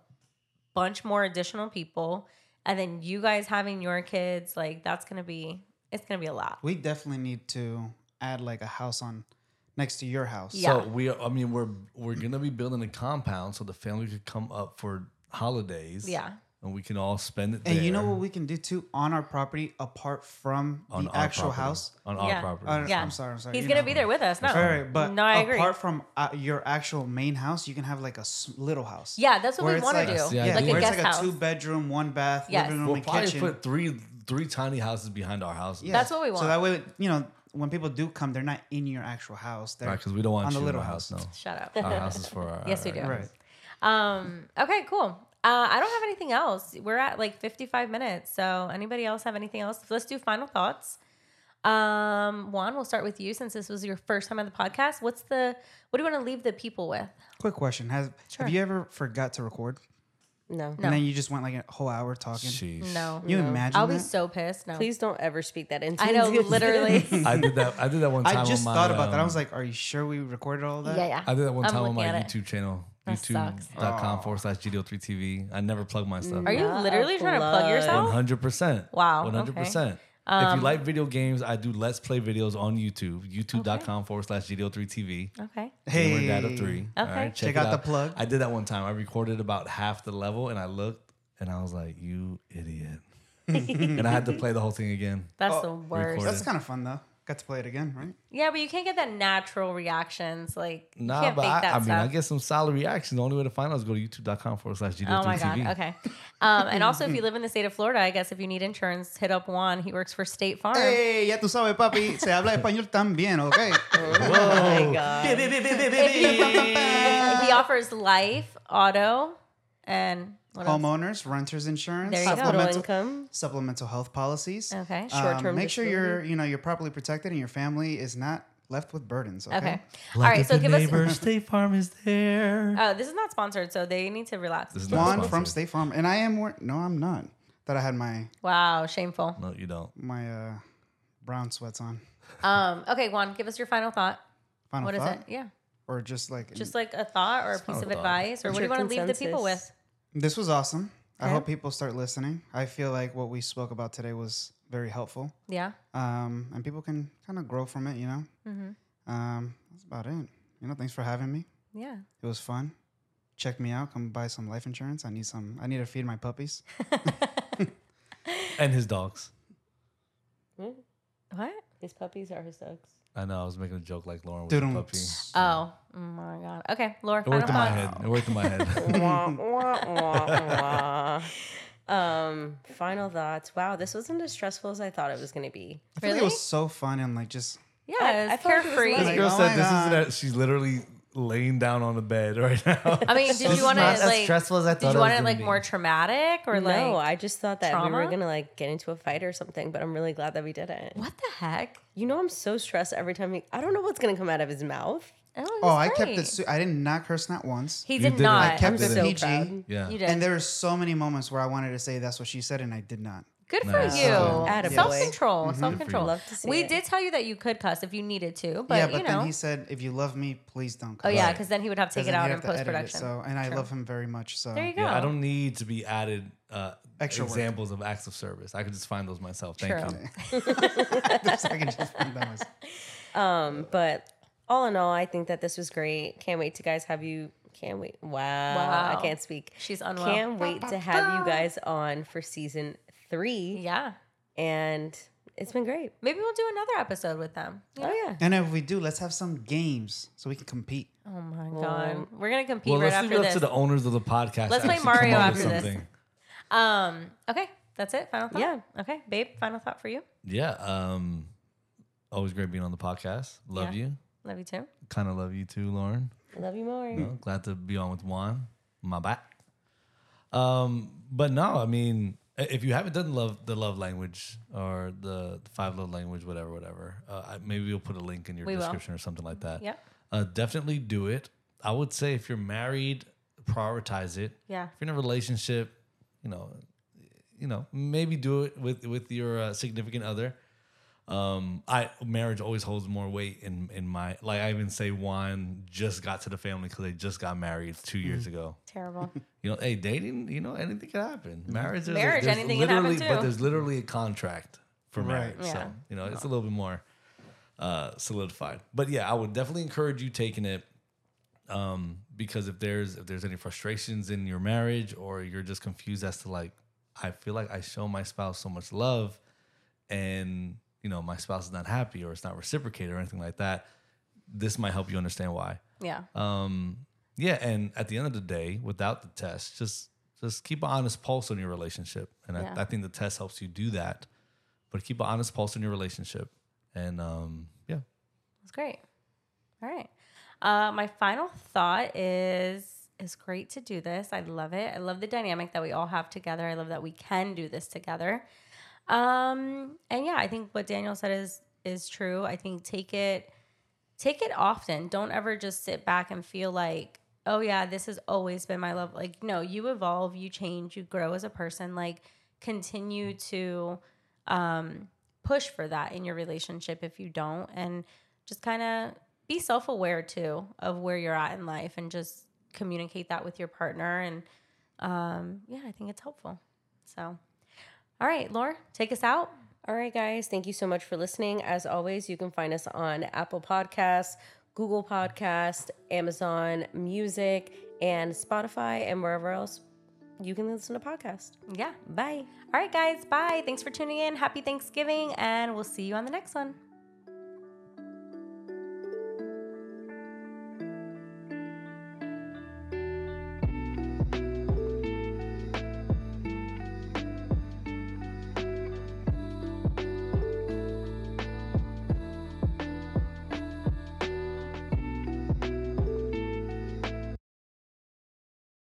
A: bunch more additional people and then you guys having your kids like that's gonna be it's gonna be a lot
D: We definitely need to add like a house on next to your house.
A: Yeah.
C: So we, are, I mean, we're we're gonna be building a compound so the family could come up for holidays.
A: Yeah.
C: and we can all spend it.
D: And you know
C: there
D: what we can do too on our property, apart from
C: on
D: the
C: our
D: actual
C: property.
D: house.
C: on our
A: Yeah.
C: property.
D: Uh,
A: Yeah.
D: I'm sorry. I'm sorry.
A: he's
D: you
A: gonna
D: know.
A: be there with us no
D: All right, but
A: no i agree
D: apart from uh, your actual main house, you can have like a s- little house.
A: yeah that's what
D: Where
A: we
D: it's
A: want to
D: like-
A: do
C: Yeah,
D: Yeah,
A: like
C: dude.
A: a
D: where it's
A: guest
D: like
A: house
D: a two bedroom, one bath,
A: Yes.
D: living room,
C: we'll
D: and
C: probably
D: kitchen.
C: put three three tiny houses behind our houses.
D: Yeah.
A: That's what we want.
D: So that way, you know, when people do come, they're not in your actual house. They're
C: right, because we don't want
D: on
C: you
D: the
C: in
D: little
C: our house. No,
A: shut up
C: our house is for our.
A: yes we
C: our-
A: do
D: Right.
A: um okay cool Uh, I don't have anything else. We're at like 55 minutes. So, anybody else have anything else? Let's do final thoughts. Um, Juan, we'll start with you since this was your first time on the podcast. What's the what do you want to leave the people with?
D: Quick question: Has
A: Sure.
D: have you ever forgot to record
B: No.
A: No.
D: and then you just went like a whole hour talking?
C: Sheesh.
A: No,
D: Can you imagine?
A: I'll be
D: that?
A: so pissed. No,
B: Please don't ever speak that into
A: I know,
B: existence.
A: literally.
C: I did that. I did that one time.
D: I just
C: on my,
D: thought about that. I
C: um,
D: was like, "Are you sure we recorded all that?"
A: yeah, yeah.
C: I did that one
A: I'm
C: time on my
A: looking at it.
C: YouTube channel,
A: That sucks.
C: youtube.com forward slash GDO3 TV. I never plug my stuff.
A: Are you
B: Not a
A: literally trying to plug
B: plug.
C: One
A: yourself?
C: hundred percent.
A: Wow, Um,
C: One hundred percent. If you like video games, I do let's play videos on YouTube. YouTube.com forward slash GDO3 TV.
A: Okay.
D: Hey,
C: Gamer Dad of Three. All
A: Okay.
C: right,
D: Check
C: it
D: out the plug.
C: I did that one time. I recorded about half the level, and I looked, and I was like, "You idiot!" and I had to play the whole thing again.
A: That's the worst.
C: recorded.
D: That's kind of fun though. Got to play it again, right?
A: Yeah, but you can't get that natural reactions. Like, you
C: Nah,
A: can't
C: but
A: fake
C: I,
A: that
C: I mean,
A: stuff.
C: I get some solid reactions. The only way to find out is go to youtube.com forward slash GDO3
A: Oh my God.
C: TV.
A: Okay. Um, and also, if you live in the state of Florida, I guess if you need insurance, hit up Juan. He works for State Farm.
D: Hey, ya tú sabes, papi. Se habla español también, okay?
B: Oh my
A: uh,
B: god.
A: he offers life, auto, and what else?
D: Homeowners, renters insurance,
A: There you go.
B: Hospital
D: supplemental,
B: income.
D: supplemental health policies.
A: Okay.
D: Um,
B: Short-term
D: make sure
B: disability.
D: you're, you know, you're properly protected and your family is not left with burdens. Okay.
A: Okay. All right. So give
C: neighbor,
A: us.
C: State Farm is there.
A: Oh, this is not sponsored, so they need to relax.
C: This is not
D: Juan from
C: sponsored.
D: State Farm, and I am. Wor- no, I'm not. That I had my
A: Wow, shameful.
C: No, you don't.
D: my uh, brown sweats on.
A: Um, okay, Juan, give us your final thought.
D: Final
A: What is
D: thought,
A: it? Yeah,
D: or just like
A: just like a thought or a piece
C: Final
A: of
C: thought.
A: advice, or what do you want to leave the people with?
D: This was awesome. I
A: Okay.
D: hope people start listening. I feel like what we spoke about today was very helpful.
A: Yeah.
D: Um, and people can kind of grow from it, you know?
A: Mm-hmm.
D: Um, that's about it. You know, thanks for having me.
A: Yeah.
D: It was fun. Check me out. Come buy some life insurance. I need some, I need to feed my puppies.
C: And his dogs.
A: What?
B: His puppies are his dogs.
C: I know. I was making a joke like Lauren was a
D: Doo-dum.
C: puppy. It
A: Oh, oh my God. Okay, Laura, final
C: worked in my
A: thought.
C: head. It worked in my head.
B: Wah, wah, wah, wah. um, final thoughts. Wow, this wasn't as stressful as I thought it was going to be.
D: I feel like
A: Really?
D: it was so fun and like just,
A: Yeah,
B: I-
A: it's
B: I felt like it was
A: carefree.
B: nice.
C: This
D: Like,
C: girl
D: oh
C: said
D: my
C: this is
D: God.
C: that she's literally laying down on the bed right now.
A: I mean, did
C: This
A: you
C: is
A: want
C: not
A: to
C: as
A: like?
C: stressful as I
A: Did
C: thought
A: you
C: it
A: want
C: was
A: it
C: gonna
A: like
C: be.
A: more traumatic or like?
B: no, I just thought that we were
A: trauma?
B: going to like get into a fight or something, but I'm really glad that we didn't.
A: what the heck?
B: You know, I'm so stressed every time. He, I don't know what's going to come out of his mouth.
A: Oh, it
D: oh,
A: was
D: I kept
A: great.
D: it, su- I did not curse not once.
A: He
C: You
A: did
C: did it.
A: not.
D: I kept
B: I'm
D: it
B: so
D: PG.
B: proud.
C: Yeah.
A: You did.
D: And there were so many moments where I wanted to say that's what she said and I did not.
A: Good
C: Nice.
A: for you.
B: Attaboy.
A: Self
C: Mm-hmm.
A: control. Self control.
B: Love to see
A: We
B: it.
A: did tell you that you could cuss if you needed to, but,
D: yeah, but
A: you
D: then
A: know.
D: he said, if you love me, please don't
A: oh
D: cuss.
A: yeah,
C: Right.
A: because then he would have to take it
D: then
A: out
D: you'd
A: in
D: have to edit
A: post
D: it,
A: production.
D: So, and I love him very much. So
A: there you go.
C: Yeah, I don't need to be added uh,
D: Extra work.
C: examples of acts of service. I could just find those myself. Thank
A: True.
C: you.
D: Just- I can just find that myself.
B: Um, but all in all, I think that this was great. Can't wait to guys have you. Can't wait. Wow.
A: Wow.
B: I can't speak.
A: She's unwell.
B: Can't wait to have you guys on for season three.
A: Yeah.
B: And it's been great.
A: Maybe we'll do another episode with them.
B: Oh, yeah.
D: And if we do, let's have some games so we can compete.
A: Oh my god. We're gonna compete
C: Well,
A: right
C: let's leave it
A: after
C: up
A: this.
C: to the owners of the podcast.
A: Let's
C: to
A: play
C: actually come
A: Mario
C: up with
A: after this.
C: something.
A: um okay. That's it. Final thought.
B: Yeah.
A: Okay. Babe, final thought for you.
C: Yeah. Um, always great being on the podcast. Love
A: Yeah.
C: you.
A: Love you too.
C: Kind of love you too, Lauren.
B: Love you more.
C: You know, glad to be on with Juan. My back. Um, but no, I mean, i- if you haven't done love the love language or the, the five love language, whatever, whatever, uh, I- maybe we'll put a link in your
A: We will.
C: description or something like that.
A: Yep.
C: Uh, definitely do it. I would say if you're married, prioritize it.
A: Yeah.
C: If you're in a relationship, you know, you know, maybe do it with with your uh, significant other. Um, I marriage always holds more weight in in my like. I even say Juan just got to the family because they just got married two years ago.
A: Terrible.
C: You know, hey, dating, you know, anything can happen. Marriage, there's,
A: Marriage,
C: there's
A: anything can happen
C: literally,
A: too.
C: but there's literally a contract for marriage,
A: Yeah.
C: so you know, it's a little bit more uh, solidified. But yeah, I would definitely encourage you taking it um, because if there's if there's any frustrations in your marriage or you're just confused as to like, I feel like I show my spouse so much love, and you know, my spouse is not happy or it's not reciprocated or anything like that. This might help you understand why
A: yeah.
C: um yeah and at the end of the day without the test just just keep an honest pulse on your relationship and
A: Yeah.
C: I, I think the test helps you do that but keep an honest pulse on your relationship and um yeah
A: That's great. All right. Uh, my final thought is is great to do this. I love it. I love the dynamic that we all have together. I love that we can do this together. Um, and yeah, I think what Daniel said is is true. I think take it take it often. Don't ever just sit back and feel like, oh yeah, this has always been my love. Like, no, you evolve, you change, you grow as a person. Like, continue to um, push for that in your relationship if you don't, and just kind of be self aware too of where you're at in life, and just communicate that with your partner. And um, yeah, I think it's helpful. So, all right, Laura, take us out.
B: All right, guys. Thank you so much for listening. As always, you can find us on Apple Podcasts, Google Podcast, Amazon Music, and Spotify, and wherever else you can listen to podcasts.
A: Yeah.
B: Bye.
A: All right, guys. Bye. Thanks for tuning in. Happy Thanksgiving, and we'll see you on the next one.